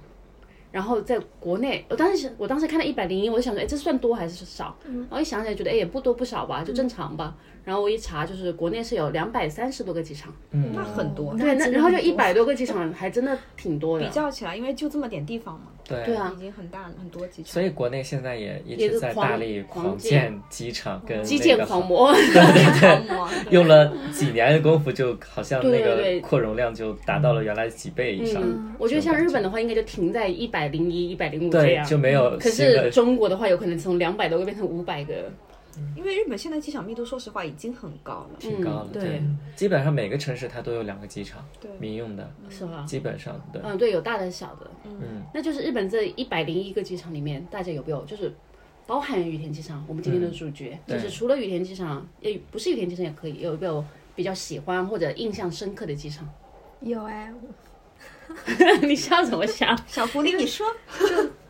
然后在国内，我当时我当时看到一百零一，我就想说，哎，这算多还是少？然后一想起来觉得，哎，也不多不少吧，就正常吧。然后我一查，就是国内是有两百三十多个机场，嗯，那很多，对，那真的然后就很一多百多个机场，还真的挺多的比。较起来，因为就这么点地方嘛，对对啊已经很大了，很多机场。所以国内现在也一也是直在狂大力狂狂建建啊机场跟基那建个狂航 [laughs] 魔， [laughs] 狂魔用了几年的功夫，就好像对那对对个扩容量就达到了原来几倍以上。嗯，我觉得像日本的话，应该就停在一百零一、一百零五这对，样。就没 [laughs] 有可新的是中国的话，有可能从两百多个变成五百个。因为日本现在机场密度，说实话已经很高了。挺高的。嗯对，基本上每个城市它都有两个机场，对民用的，是吧？基本上对。嗯嗯，对，有大的小的。嗯，那就是日本这一百零一个机场里面，大家有没有就是包含羽田机场？我们今天的主角、嗯对就是除了羽田机场，也不是羽田机场也可以，有没有比较喜欢或者印象深刻的机场？ [laughs] 有哎，你笑什么笑？小狐狸，你说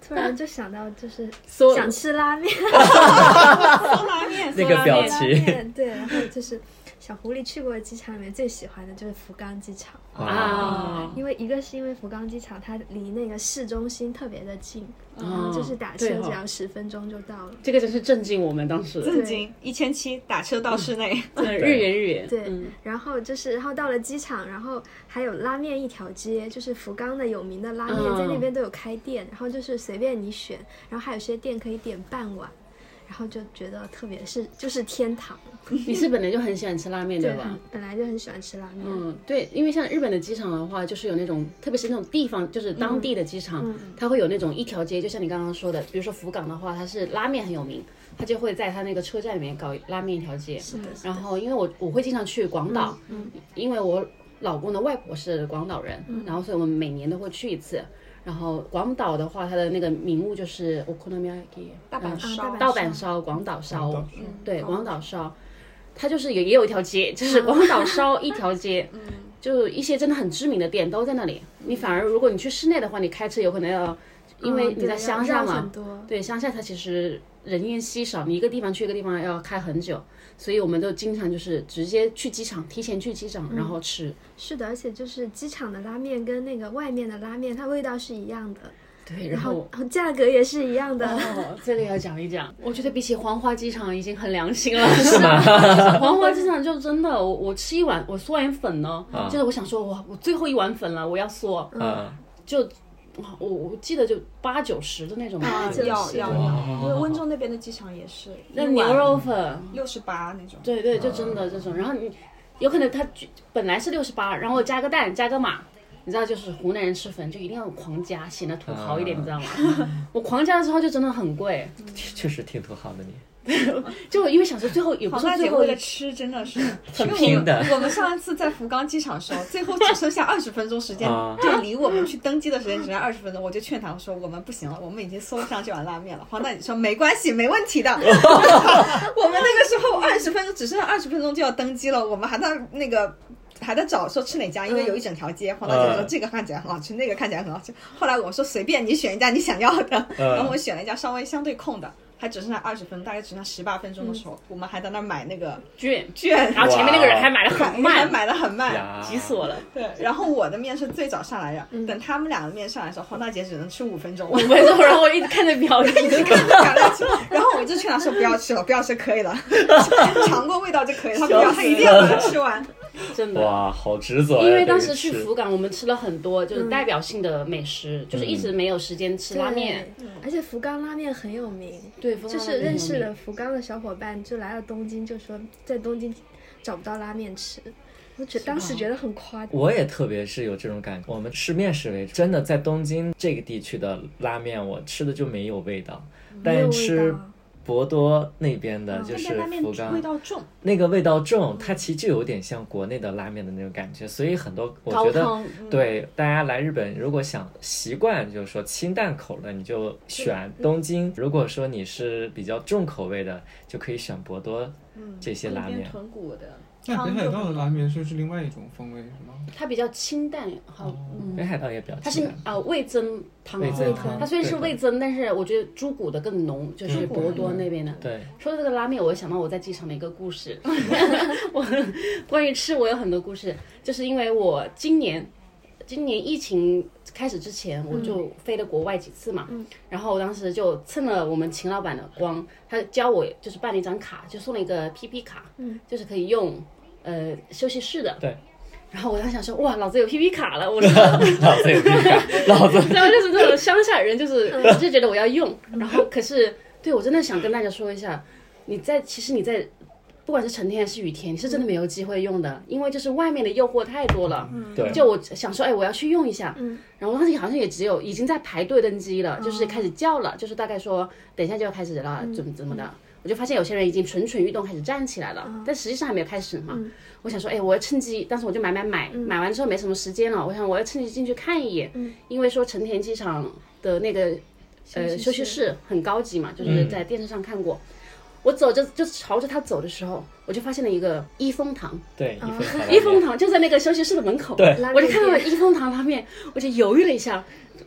突然就想到就是啊 [laughs] 所想吃拉 [laughs] 面。方拉面 [laughs] 那个表拉拉情，面，对，然后就是小狐狸去过的机场里面最喜欢的就是福冈机场，啊，因为一个是因为福冈机场它离那个市中心特别的近，然哦后就是打车对哦只要十分钟就到了。这个真是震惊我们当时。震惊，一千七打车到室内， [laughs] 对日元日元，对嗯，然后就是，然后到了机场，然后还有拉面一条街，就是福冈的有名的拉面，嗯在那边都有开店，然后就是随便你选，然后还有些店可以点半碗，然后就觉得特别是就是天堂，你是本来就很喜欢吃拉面对吧？很本来就很喜欢吃拉面，嗯，对，因为像日本的机场的话，就是有那种，特别是那种地方，就是当地的机场，它会有那种一条街，就像你刚刚说的，比如说福冈的话，它是拉面很有名，它就会在它那个车站里面搞拉面一条街。是的，是然的，后，因为我我会经常去广岛，嗯因为我老公的外婆是广岛人，然后所以我们每年都会去一次。然后广岛的话，它的那个名物就是 okonomiyaki，大阪 [laughs] 嗯烧啊，盗版烧、广岛烧，广岛烧对，嗯广岛烧，它就是也也有一 [laughs] 条街，就是广岛烧一条街，嗯就一些真的很知名的店都在那里。你反而如果你去室内的话，你开车有可能要，因为嗯你对在要乡绕下很嘛，多对，乡下它其实人烟稀少，你一个地方去一个地方要开很久，所以我们都经常就是直接去机场，提前去机嗯场，然后吃。是的，而且就是机场的拉面跟那个外面的拉面，它味道是一样的，对，然然后后。然后价格也是一样的。哦，这个要讲一讲。我觉得比起黄花机场已经很良心了， [laughs] 是吗？ [laughs] 黄花机场就真的，我我吃一碗，我嗦完粉呢，就是我想说，哇，我最后一碗粉了，我要嗦，啊，就哇我我记得就八九十的那种吧，九十啊要要要，因哦为温州那边的机场也是，那牛肉粉，六十八那种，对对，就真的这种。然后你有可能它就本来是六十八，然后加个蛋，加个码。你知道，就是湖南人吃粉就一定要狂加，显得土豪一点，啊你知道吗？ [laughs] 我狂加的时候就真的很贵，确实挺土豪的你。就因为想说最后也不黄是大最姐后为一了吃真 [laughs] 的是很因为拼的我们我们上一次在福冈机场的时候，最后只剩下二十分钟时间啊，就离我们去登机的时间只剩下二十分钟，我就劝她我说我们不行了，我们已经搜不上这碗拉面了。黄大姐说没关系，没问 [laughs] 题的。我 [laughs] 们那个时候二十分钟只剩下二十分钟就要登机了，我们还在那个。还在找说吃哪家，因嗯为有一整条街。黄大姐说嗯这个看起来很好吃，那个看起来很好吃。后来我说随便你选一家你想要的，嗯然后我选了一家稍微相对空的，还只剩下二十分，大概只剩下十八分钟的时嗯候，我们还在那儿买那个卷，券，然后前面那哦个人 [laughs] 还买的很买还慢，买的很慢。呀，哎急死我了。对，然后我的面是最早上来的，等他们两个面上来的时候，黄大姐只能吃五分钟，我嗯五分钟，然 [laughs] 后我一直看着表，[laughs] 一直看。赶来吃。 [laughs] 然后我就 [laughs] [laughs] 劝她说不要吃了，不要吃可以了，尝过味道就可以了，她不要，她一定要把它吃完。真的。哇，好执着呀！因为当时对于去吃福冈，我们吃了很多就是代表性的美食，就是一嗯直没有时间吃拉面。嗯对，嗯而且福冈拉面很有名，对，福冈就拉是面认很识有名了福冈的小伙伴，就来了东京，就说在东京找不到拉面吃，我觉当时觉得很夸张。我也特别是有这种感觉。我们吃面食为主，真的在东京这个地区的拉面，我吃的就没有味道，但没有是味吃道博多那边啊的就但是是拉面福冈味，道重，那个味道嗯重，它其实就有点像国内的拉面的那种感觉，所以很多我高觉得汤嗯对大家来日本，如果想习惯就是说清淡口的，你就选嗯东京；如果说你是比较重口味的，就可以选博多嗯这些拉那边面。豚骨的那汤北就海道的拉面是不是另外一种风味，是 [laughs] 吗？它比较清淡，好，北海道也比较它清是淡。呃味增汤，哦味增汤它虽然是对的味增，但是我觉得猪骨的更浓，就是博多那边的。对，说到这个拉面，我又想到我在机场的一个故事。 [laughs] 我关于吃，我有很多故事，就是因为我今年今年疫情开始之前，我就飞了国外几次嘛。然后我当时就蹭了我们秦老板的光，他教我就是办了一张卡，就送了一个 PP 卡，就是可以用呃休息室的。对。然后我当时想说，哇，老子有 PP 卡了，我说。 [laughs] 老子有病感，老子然后就是那种乡下人，就是就觉得我要用，然后可是对我真的想跟大家说一下，你在其实你在不管是晴天还是雨天，你是真的没有机会用的，因为就是外面的诱惑太多了。对 [laughs] 就我想说，哎，我要去用一下，然后当时好像也只有已经在排队登机了，就是开始叫了，就是大概说等一下就要开始了，怎么怎么的。我就发现有些人已经蠢蠢欲动，开始站起来了，但实际上还没有开始嘛。我想说，哎，我要趁机，当时我就买买买，买完之后没什么时间了，我想我要趁机进去看一眼，因为说成田机场的那个呃嗯休息室很高级嘛，就是在电视上看过。我走着就朝着它走的时候，我就发现了一个一风堂，对一分好拉 [laughs] 一风面堂就在那个休息室的门口。啊对拉面我就看到了一风堂拉面，我就犹豫了一下，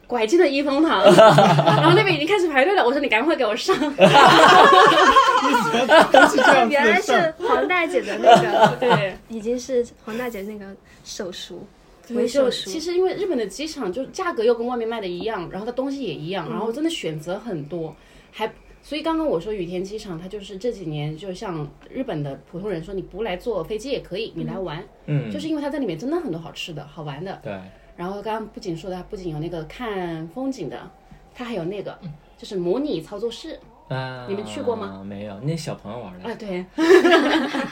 拐进了一 [laughs] 风堂，然后那边已经开始排队了。我说你赶快给我上，都啊是这样子原来的是事儿。黄大姐的那 [laughs] 个，对，已经是黄大姐那个手熟，我为就手熟。其实因为日本的机场就价格又跟外面卖的嗯一样，然后它东西也一样，然后真的选择很多，还所以刚刚我说羽田机场，它就是这几年就像日本的普通人说，你不来坐飞机也可以，你来玩，嗯，就是因为它在里面真的很多好吃的好玩的，对，然后刚刚不仅说的，不仅有那个看风景的，它还有那个嗯就是模拟操作室啊，你们去过吗？没有，那小朋友玩啊， [laughs] 的，对，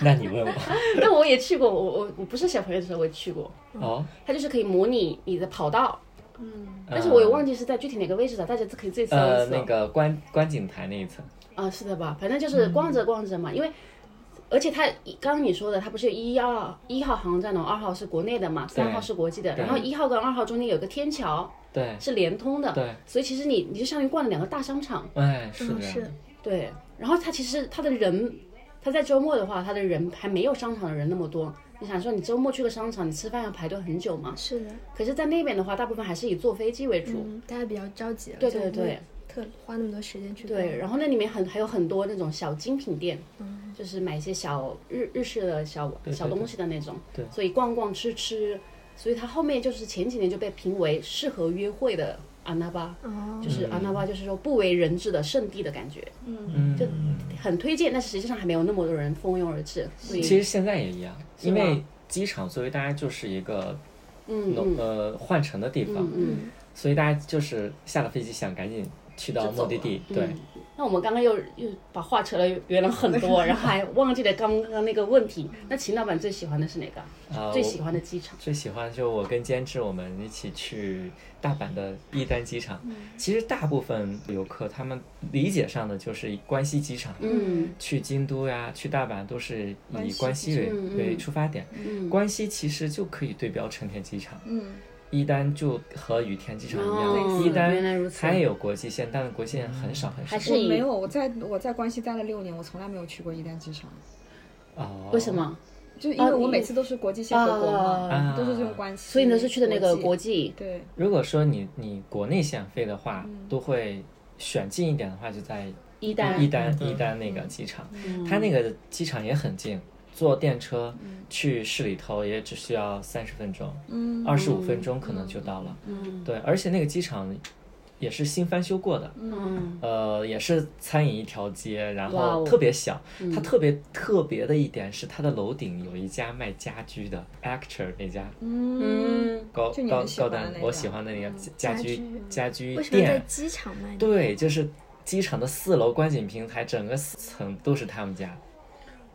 那你问 [laughs] 我但我也去过，我我我不是小朋友的时候我也去过，哦，它就是可以模拟你的跑道，但是我也忘记是在具体哪个位置了，大家可以自己搜一搜。啊呃那个观观景台那一层，啊，是的吧？反正就是逛着逛着嘛，因为而且它刚刚你说的，它不是有一二一号航站楼，哦二号是国内的嘛，三号是国际的，对然后一号跟二号中间有个天桥对，是连通的，对，所以其实你你就相当于逛了两个大商场，哎，是嗯这样是的，对。然后它其实它的人，它在周末的话，它的人还没有商场的人那么多。你想说你周末去个商场，你吃饭要排队很久嘛？是的，可是，在那边的话，大部分还是以坐飞机为主。嗯，大家比较着急了，对就对不会对特花那么多时间去对，然后那里面很还有很多那种小精品店，嗯就是买一些小日日式的小小东西的那种，对所以逛逛吃吃，所以它后面就是前几年就被评为适合约会的阿那巴，哦，就是阿那巴就是说不为人知的圣地的感觉，嗯，就很推荐，但是实际上还没有那么多人蜂拥而至，所以其实现在也一样，是因吗为机场作为大家就是一个嗯农嗯呃换乘的地方嗯，嗯，所以大家就是下了飞机想赶紧去到就走目的地，对，嗯那我们刚刚又又把话扯了远了很 [laughs] 多，然后还忘记了刚刚那个问题，那秦老板最喜欢的是哪个？啊，嗯最我喜欢的机场？最喜欢就我跟监制我们一起去大阪的伊丹机场。嗯其实大部分游客他们理解上的就是关西机场，嗯。去京都呀、去大阪都是以关西为嗯嗯为出发点。嗯关西其实就可以对标成田机场，嗯，伊丹就和羽田机场一哦样，伊原来如丹此它也有国际线，但是国际线很少很少还。是我以没有，我在我在关西待了六年，我从来没有去过一旦机场，哦，为什？么？就因为哦我你每次都是国际线回国啊嘛，啊都是这种关系，所以你都是去的那个国际，对，如果说你你国内线飞的话，嗯都会选近一点的话，就在一单一丹一嗯丹那个机场，它嗯那个机场也很近，坐电车嗯去市里头也只嗯啊嗯需要三十分钟，二十五分钟可能就到了。对，而且那个机场也是新翻修过的，嗯呃，也是餐饮一条街，然哇哦后特别小。嗯它特别特别的一点是，它的楼顶有一家卖家居的 Actor 那家嗯高就你高们喜高欢的端那，我家喜欢的那个家家居居家居为什么在店，机场卖呢？对，就是机场的四楼观景平台，整个四层都是他们家。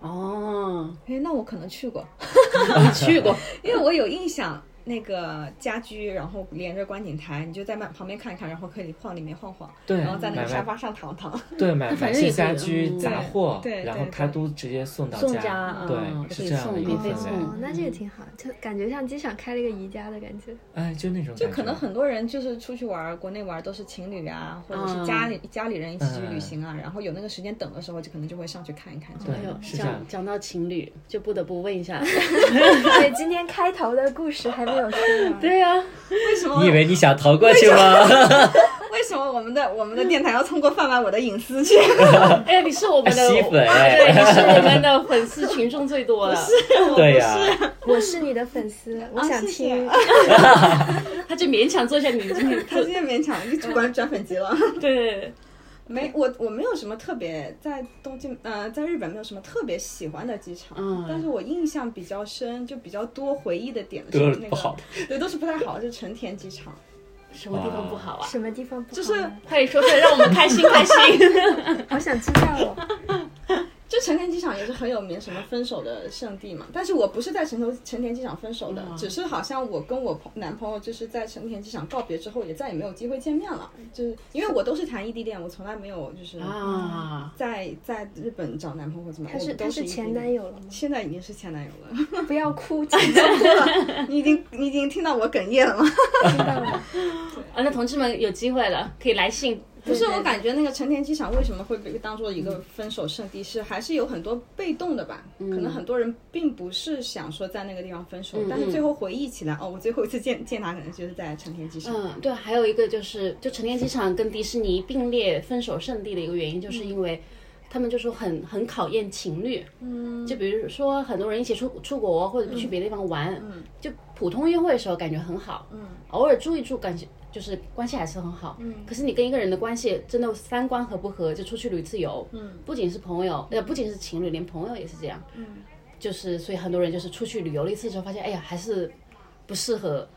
哦，哎，那我可能去过， [laughs] 你去过？因为我有印象，那个家居，然后连着观景台，你就在旁边看一看，然后可以晃里面晃晃，对，然后在那买个沙卖发上躺躺。对，买反买正也些可以家居嗯杂货，对对然后对他都直接送到送家嗯对，可以是这样的送一个免氛费哎围送哦，那这个挺好，就感觉像机场开了一个宜家的 [laughs] 感觉。哎，就那种就感可觉能很多人就是出去玩儿，国内玩儿都是情侣啊，或者是家嗯里、家里人一起去嗯旅行啊，然后有那个时间等的时候，就可能就会上去看一看这样。 [laughs] 哎呦， [laughs] 是这讲样讲到情侣，就不得不问一 [laughs] 下，对，今天开头的故事还没有说完。对啊呀、为什么你以？为你想逃过去吗？为什么我们的我们的电台要通过贩卖我的隐私去？ [laughs] 哎，你是我们的吸粉 [laughs] 对，你是我们的粉丝群众最 [laughs] 多的。 [laughs] 对呀、我是你的粉丝，我想哦谢谢听。他就勉强做一下你今天他今天勉强就转转粉级了。对，没，我我没有什么特别在东京，呃，在日本没有什么特别喜欢的机场，嗯但是我印象比较深，就比较多回忆的点都是是那不好个，的。对，都是不太好，就是成田机场，嗯什么地方不好啊？什么地方不好？就是快点说出来，让我们开心开心。好想知道 [laughs] 哦。就成田机场也是很有名，什么分手的圣地嘛。但是我不是在成都成田机场分手的，嗯只是好像我跟我朋男朋友就是在成田机场告别之后，也再也没有机会见面了。就是因为我都是谈异地恋，我从来没有就是 [laughs] 啊，在在日本找男朋友或怎么样，我他是们他哦都是异地前恋男。友了吗？ [laughs] 现在已经是前男友了，不要哭，紧张哭了， [laughs] 你已经你已经听到我哽咽了吗？听到了。啊，那同志们有机会了，可以来信。 [laughs] 不是，我感觉那个成田机场为什么会被当做一个分手圣地，是还是有很多被动的吧？可能很多人并不是想说在那个地方分手，嗯但是最后回忆起来，哦，我最后一次见见他可能就是在成田机场。嗯，对，还有一个就是，就成田机场跟迪士尼并列分手圣地的一个原因，就是因为他们就说很很考验情侣。嗯，就比如说很多人一起出出国或者去别的地方玩，嗯，就普通约会的时候感觉很好，嗯，偶尔住一住感觉就是关系还是很好，嗯，可是你跟一个人的关系真的三观合不合，就出去旅次游，嗯，不仅是朋友，呃，不仅是情侣，连朋友也是这样，嗯，就是所以很多人就是出去旅游了一次之后，发现哎呀还是不适合，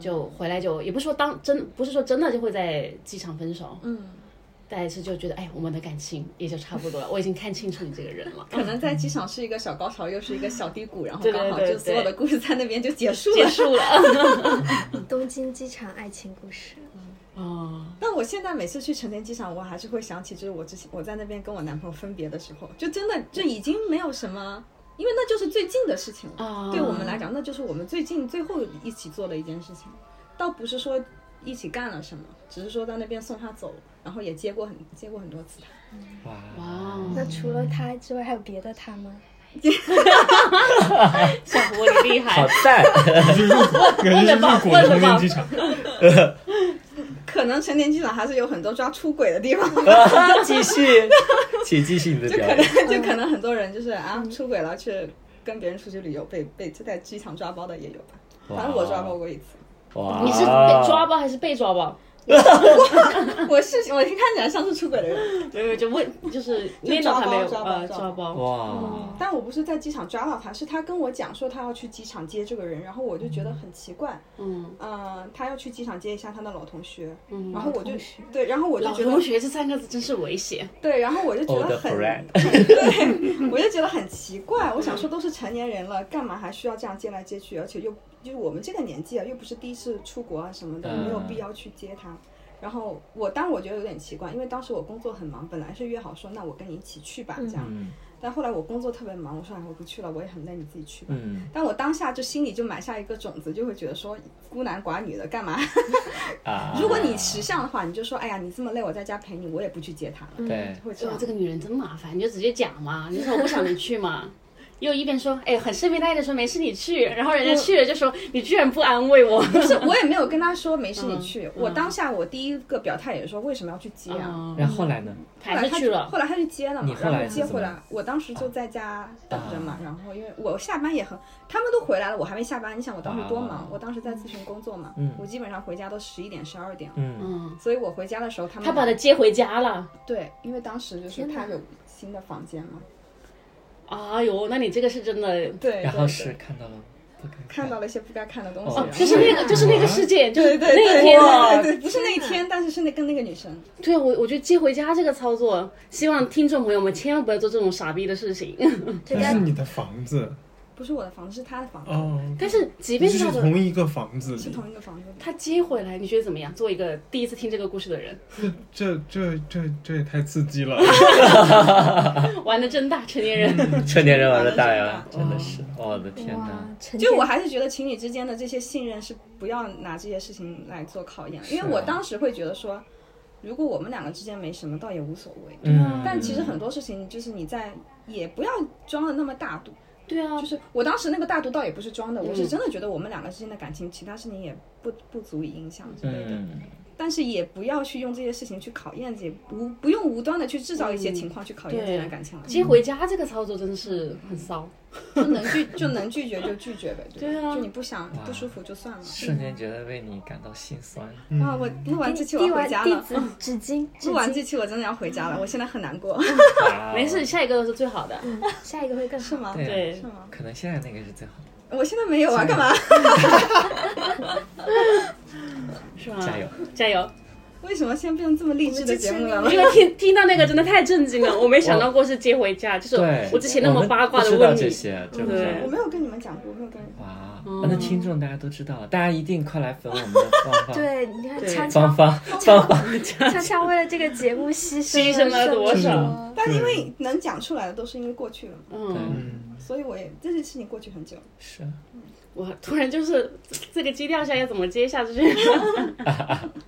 就回来就也不是说当真，不是说真的就会在机场分手，嗯，但是就觉得哎，我们的感情也就差不多了，我已经看清楚你这个人了，可能在机场是一个小高潮，又是一个小低谷，然后对对刚好嗯对就所有的故事在那边就结束了。 [laughs] 结束了。东京机场爱情故事， [laughs] 哦，但我现在每次去成田机场，我还是会想起，就是我之前我在那边跟我男朋友分别的时候，就真的就已经没有什么，因为那就是最近的事情了。啊对我们来讲，那就是我们最近最后一起做的一件事情，倒不是说一起干了什么，只是说到那边送他走，然后也接过很接过很多次他。哇，哇，那除了他之外，还有别的他吗？小胡你厉好害，赞！ [laughs] 感觉是入股了成田机场。可能成田机场还是有很多抓出轨的地方，继续，请继续你的表演。就可能很多人就是啊出轨了去跟别人出去旅游，被被就在机场抓包的也有吧。反正我抓包过一次。哇， [laughs] 你是被抓包还是被抓包？我是我看起来像是出轨的人，没有没有，就问 [laughs] 就是念到还没有抓包呃抓包抓包，哇，但我不是在机场抓到他，是他跟我讲说他要去机场接这个人，然后我就觉得很奇怪，嗯呃，他要去机场接一下他的老同学，嗯，然后我就同学对，然后我就老觉同得学这三个字真是危险，对，然后我就觉 Old 得很 friend 对，我就觉得很奇怪，我想说都是成年人了，干嘛还需要这样接来接去，而且又就是我们这个年纪啊，又不是第一次出国啊什么的，嗯没有必要去接他。然后我当我觉得有点奇怪，因为当时我工作很忙，本来是约好说那我跟你一起去吧，这样。嗯但后来我工作特别忙，我说哎我不去了，我也很累，你自己去吧。嗯但我当下就心里就埋下一个种子，就会觉得说孤男寡女的干嘛？啊，如果你识相的话，你就说哎呀你这么累，我在家陪你，我也不去接他了，嗯对会这哇样， [laughs] 这。个女人真麻烦，你就直接讲嘛，你就说我不想你去嘛，又一边说，哎，很生皮耐的说没事你去，然后人家去了就说你居然不安慰我，不是，我也没有跟他说没事你嗯去。我当下我第一个表态也是说为什么要去接啊？然后后来呢？后还来是他去就了后。来他去接了你嘛，后然来后是接怎么啊回来。我当时就在家等着嘛，然后因为我下班也很，他们都回来了，我还没下班。你想我当时多啊忙？我当时在咨询工作嘛嗯，我基本上回家都十一点十二点了。嗯，嗯，所以我回家的时候，他们他把他接回家了。对，因为当时就是天哪他有新的房间嘛，哎呦，那你这个是真的，对，然后对是对看到了不敢看到了一些不该看的东西，哦然后就是那个，就是那个事件，就对是对那一对天对的。对对，不是那一天，但是是那跟那个女生，对我，我觉得接回家这个操作，希望听众朋友们千万不要做这种傻逼的事 [laughs] 情。人那是家你的房子不是我的房子，是他的房子，哦，但是即就便是是他的同一个房子是里，同一个房子。他接回来，你觉得怎么样？做一个第一次听这个故事的 [laughs] 人，这这这这也太刺激 [laughs] 了。玩的真大，成年人。成年人玩的大呀，啊真的是，我的天哇哪！，成就天我还是觉得情侣之间的这些信任是不要拿这些事情来做考验，啊因为我当时会觉得说，如果我们两个之间没什么，倒也无所谓。嗯，但其实很多事情就是你在也不要装的那么大度，对啊就，是我当时那个大度倒也不是装的，我是真的觉得我们两个之间的感情，其他事情也不不足以影响之类的。嗯，但是也不要去用这些事情去考验自己，不不用无端的去制造一些情况去考验嗯这段感情了。接回家这个操作真的是很骚。就能拒就能拒绝就拒绝呗，对吧对啊就你不想不舒服就算了。瞬间觉得为你感到心酸。嗯啊哇，我录完这期我递要回完家递了， [laughs] 纸纸巾，纸录完这巾，期我真的要回家了，我现在很难过，哇哦没事，，下一个都是最好的。嗯，下一个会更是好。吗？对对是，吗？可能现在那个是最好的，我现在没有啊，干嘛？是吧？加油，加油！为什么现在变成这么励志的节目了？ [laughs] 因为听听到那个真的太震惊 [laughs] 了，我没想到过是接回家，就是对，我之前那么八卦我的们不知道问这你。些，知不知对我道？没有跟你们讲过，我没有跟你们。哇，啊那听众大家都知道了，大家一定快来粉我们的芳芳，对，你看对锵芳 [laughs] 锵芳，芳芳，锵锵为了这个节目牺牺牲了了多这么少多但因为能讲出来的都是因为过去了，嗯，嗯，所以我也这件事情过去很久了。 [laughs] 是我突然就是这个基调下要怎么接下 [laughs] 去？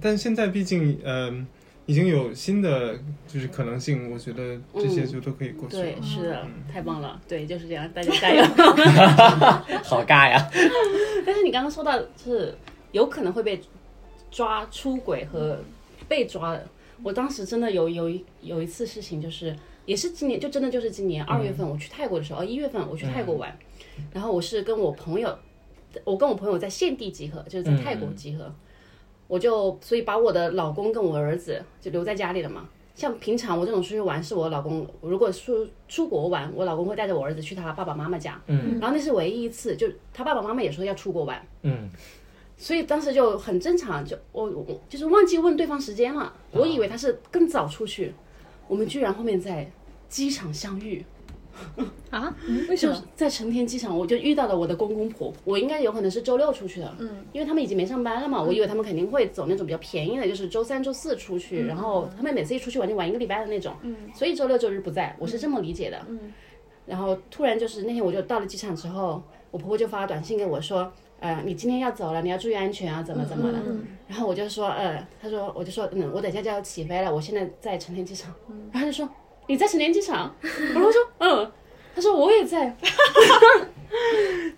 但现在毕竟嗯、已经有新的就是可能性，我觉得这些就都可以过去了。对，是的，嗯太棒了，对，就是这样，大家加油。好尬呀，但是你刚刚说到就是有可能会被抓出轨和被抓的，我当时真的有有一有一次事情，就是也是今年，就真的就是今年二月份我去泰国的时候，哦一月份我去泰国玩，然后我是跟我朋友，我跟我朋友在现地集合，就是在泰国集合，我就所以把我的老公跟我儿子就留在家里了嘛。像平常我这种出去玩，是我老公如果出出国玩，我老公会带着我儿子去他爸爸妈妈家。嗯然后那是唯一一次，就他爸爸妈妈也说要出国玩，嗯，所以当时就很正常，就我我就是忘记问对方时间了，我以为他是更早出去，我们居然后面在机场相 [laughs] 遇，啊？ [laughs] 为就？在成田机场，我就遇到了我的公公婆婆，我应该有可能是周六出去的，嗯，因为他们已经没上班了嘛，我以为他们肯定会走那种比较便宜的，就是周三、周四出去，然后他们每次一出去玩就玩一个礼拜的那种，嗯，所以周六周日不在，我是这么理解的，嗯，然后突然就是那天我就到了机场之后，我婆婆就发短信给我说，呃，你今天要走了，你要注意安全啊，怎么怎么的，嗯然后我就说，呃，她说，我就说，嗯，我等一下就要起飞了，我现在在成田机场，然后她就说你在成田机场，然后我说，嗯。她说我也在， [laughs]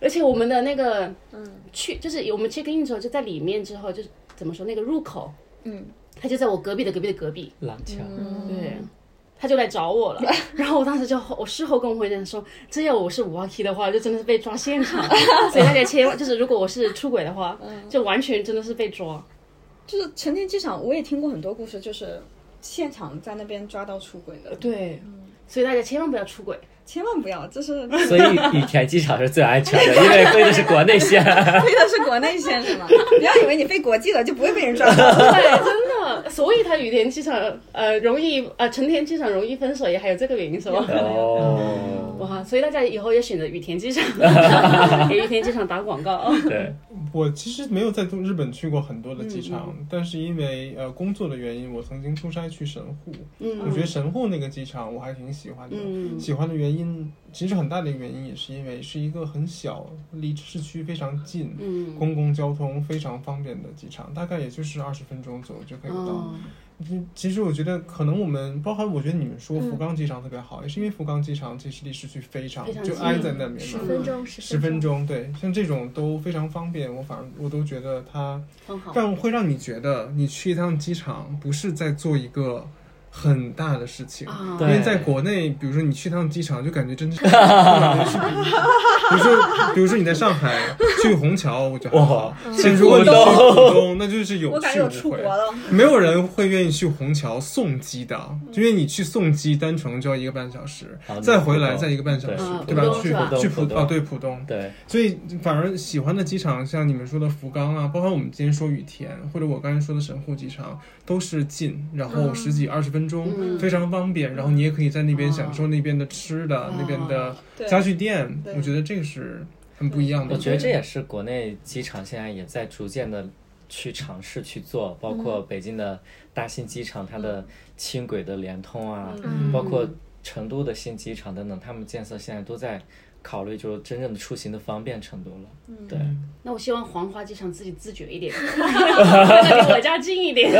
而且我们的那个，嗯，去就是我们 check in 之后就在里面之后就是怎么说那个入口，嗯，他就在我隔壁的隔壁的隔壁，廊桥，对，他就来找我 [laughs] 了。然后我当时就我事后跟我回人说，这要我是五二 K 的话，就真的是被抓现 [laughs] 场。所以大家千万就是如果我是出轨的话，就完全真的是被抓。就是成田机场，我也听过很多故事，就是现场在那边抓到出轨的，对，所以大家千万不要出轨。 [laughs] 千万不要，就是所以羽田机场是最安全的，因为飞的是国内 [laughs] 线。飞的是国内线是吗？不要以为你飞国际了就不会被人抓到。对，真的。所以他羽田机场呃容易呃成田机场容易分手，也还有这个原因是吧？哦， [laughs] 哇，所以大家以后也选择羽田机场， [laughs] 给羽田机场打广告。哦对，我其实没有在日本去过很多的机嗯场，但是因为呃工作的原因，我曾经出差去神户。嗯我觉得神户那个机场我还挺喜欢的。嗯喜欢的原因其实很大的一个原因也是因为是一个很小，离市区非常近，嗯公共交通非常方便的机场，大概也就是二十分钟左右就可以到。哦嗯其实我觉得可能我们包含，我觉得你们说嗯福冈机场特别好，也是因为福冈机场其实离市区非常非常就近挨在那边十嘛，分钟，十十分分。钟对，像这种都非常方便，我反而我都觉得它很好。让会让你觉得你去一趟机场不是在做一个很大的事情。啊，因对为在国内，比如说你去趟机场，就感觉真的是，比如说，比如说你在上海去虹桥，我觉得还好哇。但如果你去浦东，那就是有我感去觉无我出国回。了，没有人会愿意去虹桥送机的，因为你去送机单程就要一个半小时好，再回来哦浦东再一个半小时嗯，对浦吧东？去是吧去浦东啊，对浦东，对，所以反而喜欢的机场，像你们说的福冈啊，包括我们今天说羽田，或者我刚才说的神户机场，都是近，然后十几二十分钟，嗯非常方便。然后你也可以在那边哦享受那边的吃的，哦那边的对家具店，对我觉得这个是很不一样的。我觉得这也是国内机场现在也在逐渐的去尝试去做，包括北京的大兴机场，它的轻轨的联通啊，嗯包括成都的新机场等等，他们建设现在都在考虑，就是真正的出行的方便程度了。对，那我希望黄花机场自己自觉一点，离我家近一点。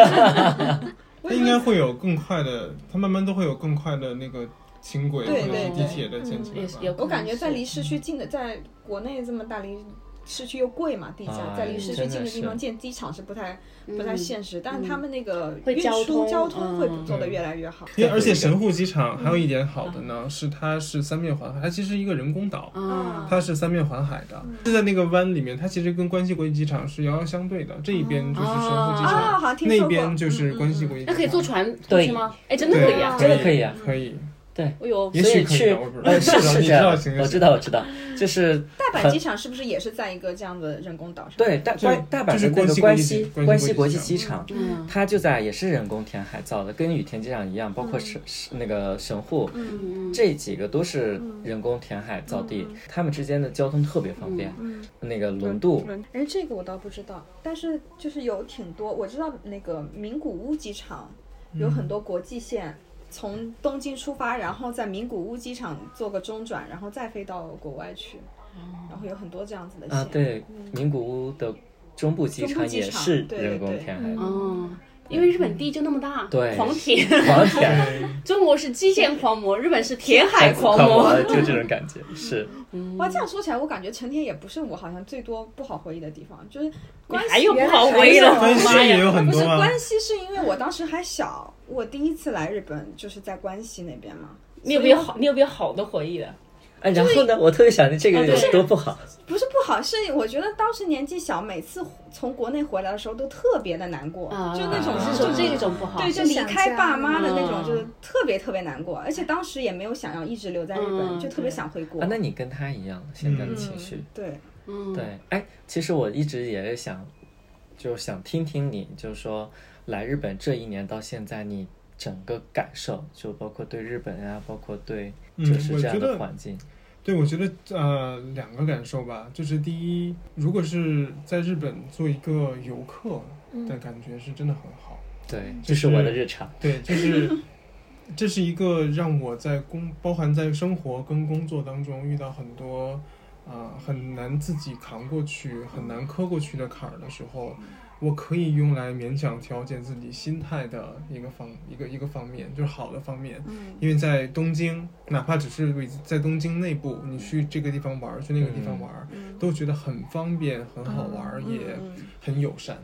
它应该会有更快的，它慢慢都会有更快的那个轻轨或对者对是对地铁的建起来也吧。也，我感觉在离市区近的，在国内这么大离市区又贵嘛，地价、哎在离市区近真的的是地方建机场是不太不嗯太现实，但是他们那个会运交输通交通会嗯做得越来越好。因为而且神户机场还有一点好的呢，是它是三面环海，它其实是一个人工岛。啊，嗯它是三面环海的，是在那个湾里面，它其实跟关西国际机场是遥遥相对的。这一边就是神户机啊，场，哦好像听说那过。嗯边就是关西国际机那场。可以坐船过去吗？哎，真的可对以啊！真的可以啊可以。哎呦，也所许以可以去啊我不知道呃是是你知这样道行，我行知道我知道，就是大阪很机场是不是也是在一个这样的人工岛上？，对大就是关大阪就是的那个关关西西国际关关西西国国际际机场，嗯它就在也是人工填海造的，跟羽田机场一样，包括神、是那个神户，嗯嗯这几个都是人工填海造地，它们之间的交通特别方便。那个轮渡，哎，这个我倒不知道，但是就是有挺多，我知道那个名古屋机场有嗯很多国际线。从东京出发，然后在名古屋机场做个中转，然后再飞到国外去，哦然后有很多这样子的线。啊，对，名古屋的中部机中部场机也场是对人工对填海的，哦，因为日本地就那么大，对狂铁。狂填 [laughs] 哎中国是基建狂魔，日本是填海狂看魔。我就这种感觉是。哇，这样说起来，我感觉成田也不是我好像最多不好回忆的地方，就是关系还有不原来好还回忆有的关西妈呀也有很不多是啊，关西，是因为我当时还小，我第一次来日本就是在关西那边嘛。你有没有好？你有没有好的回忆的？哎，然后呢，我特别想念这哦个有多不好，不是不好，是我觉得当时年纪小，每次从国内回来的时候都特别的难过，啊就那种啊是是说就这种不好。对，就就离想开家爸妈的那嗯种，就是特别特别难过，而且当时也没有想要一直留在日嗯本，就特对别想回国啊，。那你跟他一样，现在的嗯情绪。对，嗯，对，哎，其实我一直也是想，就是想听听你，就是说来日本这一年到现在，你整个感受，就包括对日本啊，包括对嗯就是我这样觉的得环境，对，我觉得呃两个感受吧，就是第一，如果是在日本做一个游客嗯的感觉是真的很好，对，嗯就这是我的是日常。对，就是这是一个让我在工包含在生活跟工作当中遇到很多啊、很难自己扛过去、很难磕过去的坎儿的时候，我可以用来勉强调节自己心态的一个方一个一个方面，就是好的方面。因为在东京，哪怕只是为在东京内部，你去这个地方玩儿，去那个地方玩儿，都觉得很方便、很好玩儿，也很友善。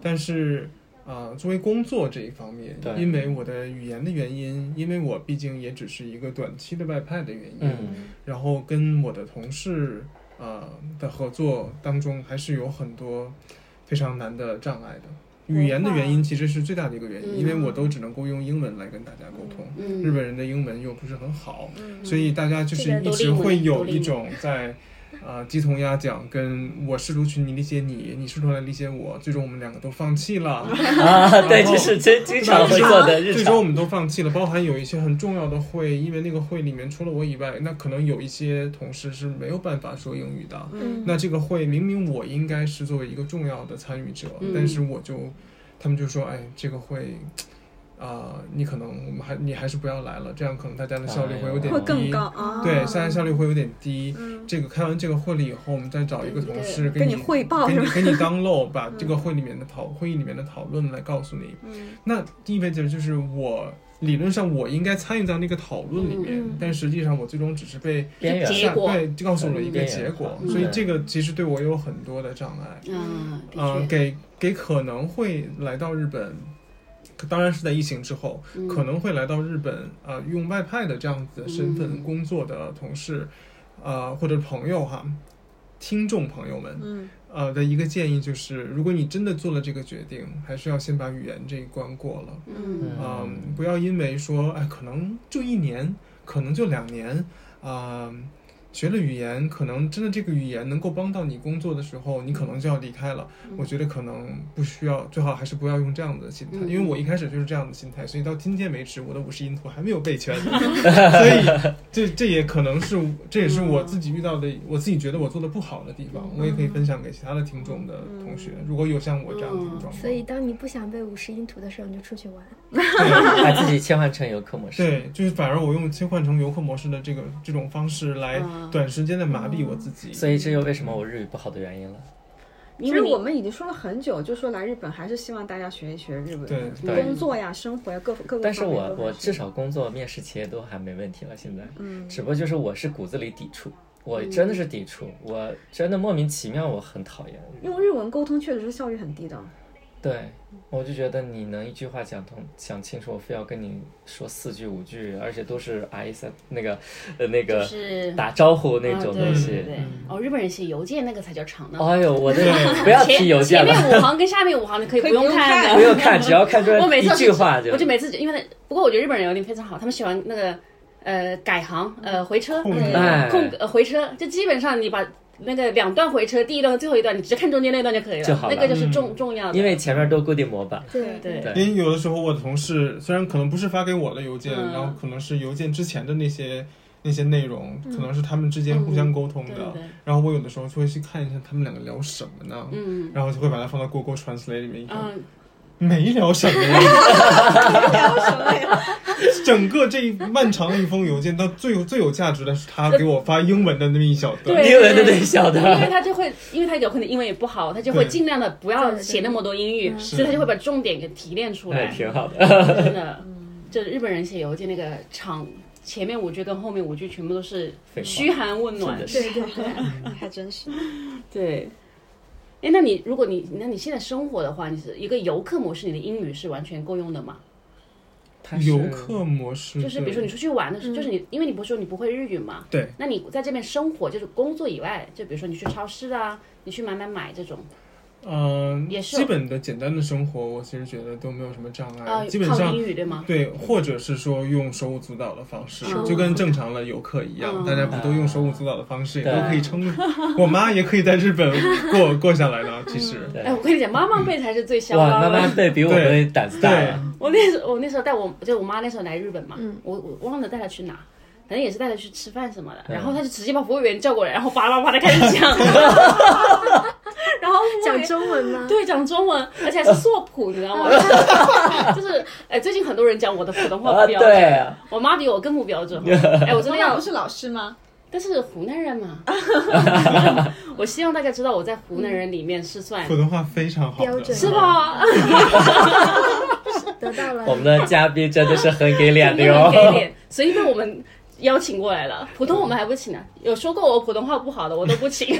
但是。啊、作为工作这一方面对，因为我的语言的原因，因为我毕竟也只是一个短期的外派的原因，嗯，然后跟我的同事呃的合作当中，还是有很多非常难的障碍的。语言的原因其实是最大的一个原因，因为我都只能够用英文来跟大家沟通，嗯日本人的英文又不是很好，所以大家就是这一个直都会有都理一解种在。啊，鸡同鸭讲，跟我试图去你理解你，你试图来理解我，最终我们两个都放弃了。 [laughs] 啊，对，后这是经经常会最做的日最终我常。们都放弃了，包含有一些很重要的会，因为那个会里面除了我以外，那可能有一些同事是没有办法说英语的。嗯那这个会明明我应该是作为一个重要的参与者，但是我就他们就说，哎，这个会。啊、你可能我们还你还是不要来了，这样可能大家的效率会有点低，会更高啊。对，大家效率会有点低。嗯这个开完这个会了以后，我们再找一个同事跟你你汇报给是你吧嗯给你当漏，把这个会里面的讨会议里面的讨论来告诉你。那意味着就是我理论上我应该参与到那个讨论里嗯面，但实际上我最终只是被边缘结下果对告诉了一个边缘结果，化所以嗯这个其实对我有很多的障碍。嗯，的啊、确，给给可能会来到日本，可当然是在疫情之后，嗯可能会来到日本啊、呃用外派的这样子的身嗯份工作的同事，啊、或者朋友哈，听众朋友们，嗯，呃的一个建议就是，如果你真的做了这个决定，还是要先把语言这一关过了，嗯啊、不要因为说哎，可能就一年，可能就两年，啊、学了语言，可能真的这个语言能够帮到你工作的时候，你可能就要离开了。我觉得可能不需要，最好还是不要用这样的心态，因为我一开始就是这样的心态，所以到今天为止，我的五十音图还没有备全，所以这这也可能是这也是我自己遇到的，我自己觉得我做的不好的地方，我也可以分享给其他的听众的同学，如果有像我这样的状况，嗯所以，当你不想被五十音图的时候，你就出去玩。对把自己切换成游客模式。对，就是反而我用切换成游客模式的这个这种方式来啊短时间的麻痹嗯我自己，所以这就为什么我日语不好的原因了。其因实为我们已经说了很久，就说来日本还是希望大家学一学日文，对对工作呀、生活呀各各个方面都还但是是我我至少工作、面试、企业都还没问题了，现在，嗯，只不过就是我是骨子里抵触，我真的是抵触，嗯我真的莫名其妙，我很讨厌。用日文沟通确实是效率很低的。对，我就觉得你能一句话讲通、讲清楚，我非要跟你说四句五句，而且都是挨一三那个呃那就个是打招呼那种啊对东对西。对，哦，日本人写邮件那个才叫长呢。哎呦， [laughs] 我的不要前提邮件前面了，五行跟下面五行你可以不用看的，不用看，只要看出来 [laughs] 我每一次都是句话就我就每次因为那，不过我觉得日本人有点非常好，他们喜欢那个呃改行呃回车控制哎空呃回车，就基本上你把那个两段回车，第一段和最后一段，你只看中间那段就可以了，就好了那个就是嗯重、重要的，因为前面都固定模板。对对对因为有的时候我的同事虽然可能不是发给我的邮件，嗯然后可能是邮件之前的那些那些内容，可能是他们之间互相沟通的。嗯对对然后我有的时候就会去看一下他们两个聊什么呢，嗯然后就会把它放到 Google Translate 里面一看，嗯没聊什么呀， [laughs] 整个这一漫长的一封邮件，到最有最有价值的是他给我发英文的那么一小段。对英文的那小的， [laughs] 因为他就会，因为他有可能英文也不好，他就会对尽量的不要写那么多英语，所以他就会把重点给提炼出那也来。哎挺好的。真的，嗯就是日本人写邮件那个长，前面五句跟后面五句全部都是废话嘘寒问暖。是的对对对，还真是。对。哎，那你如果你那你现在生活的话，你是一个游客模式，你的英语是完全够用的嘛？它是游客模式嗯就是比如说你出去玩的嗯时候，就是你因为你不是说你不会日语嘛，对，那你在这边生活就是工作以外，就比如说你去超市啊，你去买买买这种，嗯、也是基本的简单的生活，我其实觉得都没有什么障碍，呃，基本靠上英语对吗？对，或者是说用手舞足蹈的方式手舞，就跟正常的游客一样，嗯大家不都用手舞足蹈的方式也对都可以称。我妈也可以在日本 [laughs] 过过下来的，其实。对哎，我跟你讲，妈妈辈才是最嚣张哇，的。妈妈对比我对们胆子大对了。 [laughs] 我那时候我那时候带我就我妈那时候来日本嘛，我我忘了带她去哪，反正也是带她去吃饭什么的，然后她就直接把服务员叫过来，然后巴拉巴拉的开始讲，然后服务员讲中文吗？对讲中文，而且还是硕普，你知道吗？就是哎，最近很多人讲我的普通话啊，不标准，对，我妈比我更不标准，哎，我真的妈妈要不，是老师吗？但是湖南人嘛， [laughs] 我希望大家知道我在湖南人里面是算普通话非常好标的，嗯准是？吧？得到了。我们的嘉宾真的是很给脸哎的没有 [laughs] 哟。人给脸，所以被我们邀请过来了。普通我们还不请呢，有说过我普通话不好的我都不 [laughs] 请。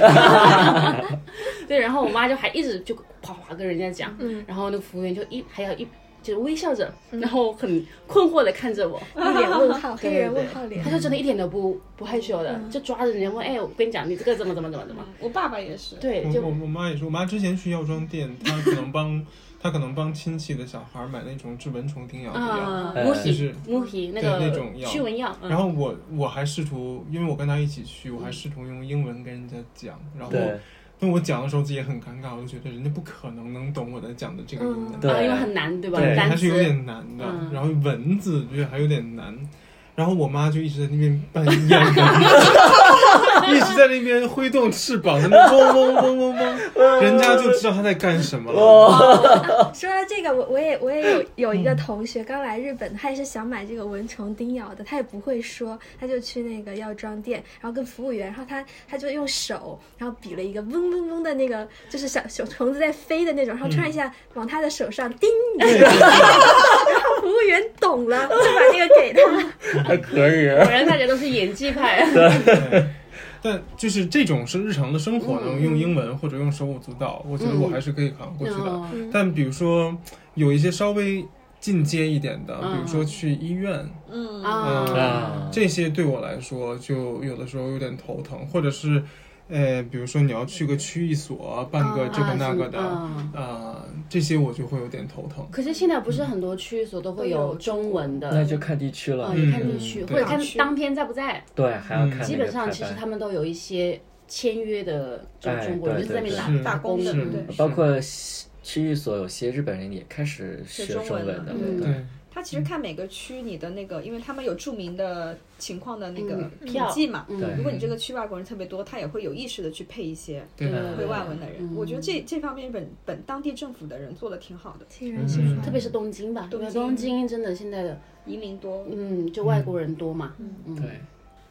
对，然后我妈就还一直就哗哗跟人家讲，然后那个服务员就一还要一就微笑着，然后很困惑的看着我，一脸问 [laughs] 号，对黑人问号脸他。就真的一点都不不害羞的，就抓着人家问，哎，我跟你讲，你这个怎么怎么怎么怎么，我爸爸也是。对，我就我我妈也是，我妈之前去药妆店，她可能帮她可能帮亲戚的小孩买那种治蚊虫叮咬的药，啊，哎木就喜是木喜那对个那种药驱蚊药，嗯然后我我还试图，因为我跟她一起去，我还试图用英文跟人家讲，然后对但我讲的时候自己也很尴尬，我就觉得人家不可能能懂我在讲的这个英文。对啊，因为很难对吧？对单还是有词点难的。嗯然后文字觉得还有点难，然后我妈就一直在那边扮演文， [laughs] 一直在那边挥动翅膀，在那嗡嗡嗡嗡 [laughs] 嗯嗡，人家就知道他在干什么哦了。说到这个，我我也我也 [laughs] 有有嗯一个同学刚来日本，他也是想买这个蚊虫叮咬的，他也不会说，他就去那个药妆店，然后跟服务员，然后他他就用手，然后比了一个嗡嗡嗡的那个，就是小小虫子在飞的那种，然后突然嗯一下往他的手上叮一下， [laughs] 然后服务员懂了，就把那个给他。还可以。果然大家都是演技派。但就是这种是日常的生活，能用英文或者用手舞足蹈，我觉得我还是可以扛过去的。嗯但比如说有一些稍微进阶一点的，嗯比如说去医院， [laughs] 嗯啊，啊，这些对我来说就有的时候有点头疼，或者是，呃，比如说你要去个区域所办个这个那个的，啊、啊这些我就会有点头疼。可是现在不是很多区域所都会有中文的，那就看地区了啊，。也看地区，嗯或者看对区当天在不在。对，还要看那个基本上，排其实版他们都有一些签约的这种哎中国人，对就是在那边对打对打工的，是嗯对包括西区域所有些日本人也开始学学中中文文了的，嗯对对，他其实看每个区你的那个，因为他们有著名的情况的那个嗯笔票记嘛。嗯对如果你这个区外国人特别多，他也会有意识的去配一些对嗯会外文的人。嗯嗯我觉得这这方面本本当地政府的人做的挺好的，听嗯人心特别是东京吧，因东为京东京真的现在的，移民多。嗯，就外国人多嘛，嗯。对，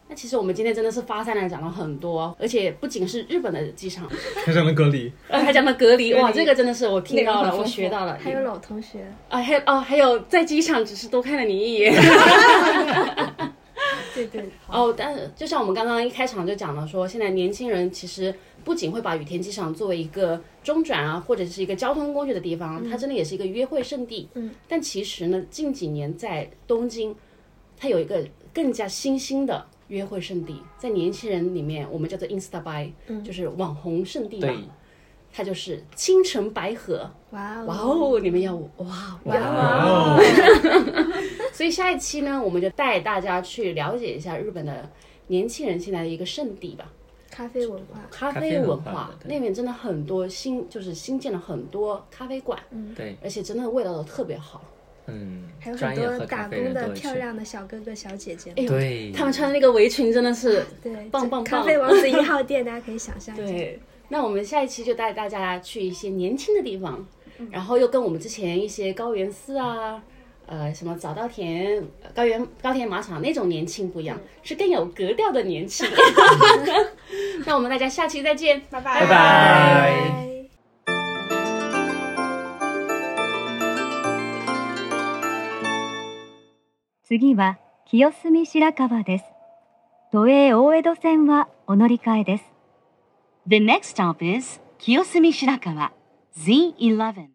那其实我们今天真的是发散来讲了很多，而且不仅是日本的机场，开上了隔离，呃，还讲到隔离，隔离哇，这个真的是我听内容到很了，丰富我学到了，还有老同学，啊，还有哦，还有在机场只是多看了你一眼。 [laughs] 对对，哦，但就像我们刚刚一开场就讲了说，现在年轻人其实不仅会把羽田机场作为一个中转啊，或者是一个交通工具的地方，它真的也是一个约会圣地。嗯，但其实呢，近几年在东京，它有一个更加新兴的。约会圣地在年轻人里面，我们叫做 Insta by，、就是嗯网红圣地吧对。它就是青城白河，哇哇哦，哦！你们要哇哇啊哦，所以下一期呢，我们就带大家去了解一下日本的年轻人现在的一个圣地吧，咖啡文化，咖咖啡啡文文化化对那边真的很多新，就是新建了很多咖啡馆，对，而且真的味道都特别好。嗯还有，很专业多喝打咖啡工人都的会去漂，亮的小哥哥小姐姐。哎呦，对，他们穿的那个围裙真 [laughs] 的是对，棒这棒咖棒啡王子一号店，大家可以想象一下。对。那我们下一期就带大家去一些年轻的地方，嗯然后又跟我们之前一些高原寺啊。呃，什么早稻田、呃高原、高田马场那种年轻不一样，是更有格调的 [laughs] 年轻。 [laughs] 那我们大家下期再见，拜拜拜拜。拜。次は清澄白河です。都営大江戸線はお乗り換えです。The next stop is 清澄白河 Z11。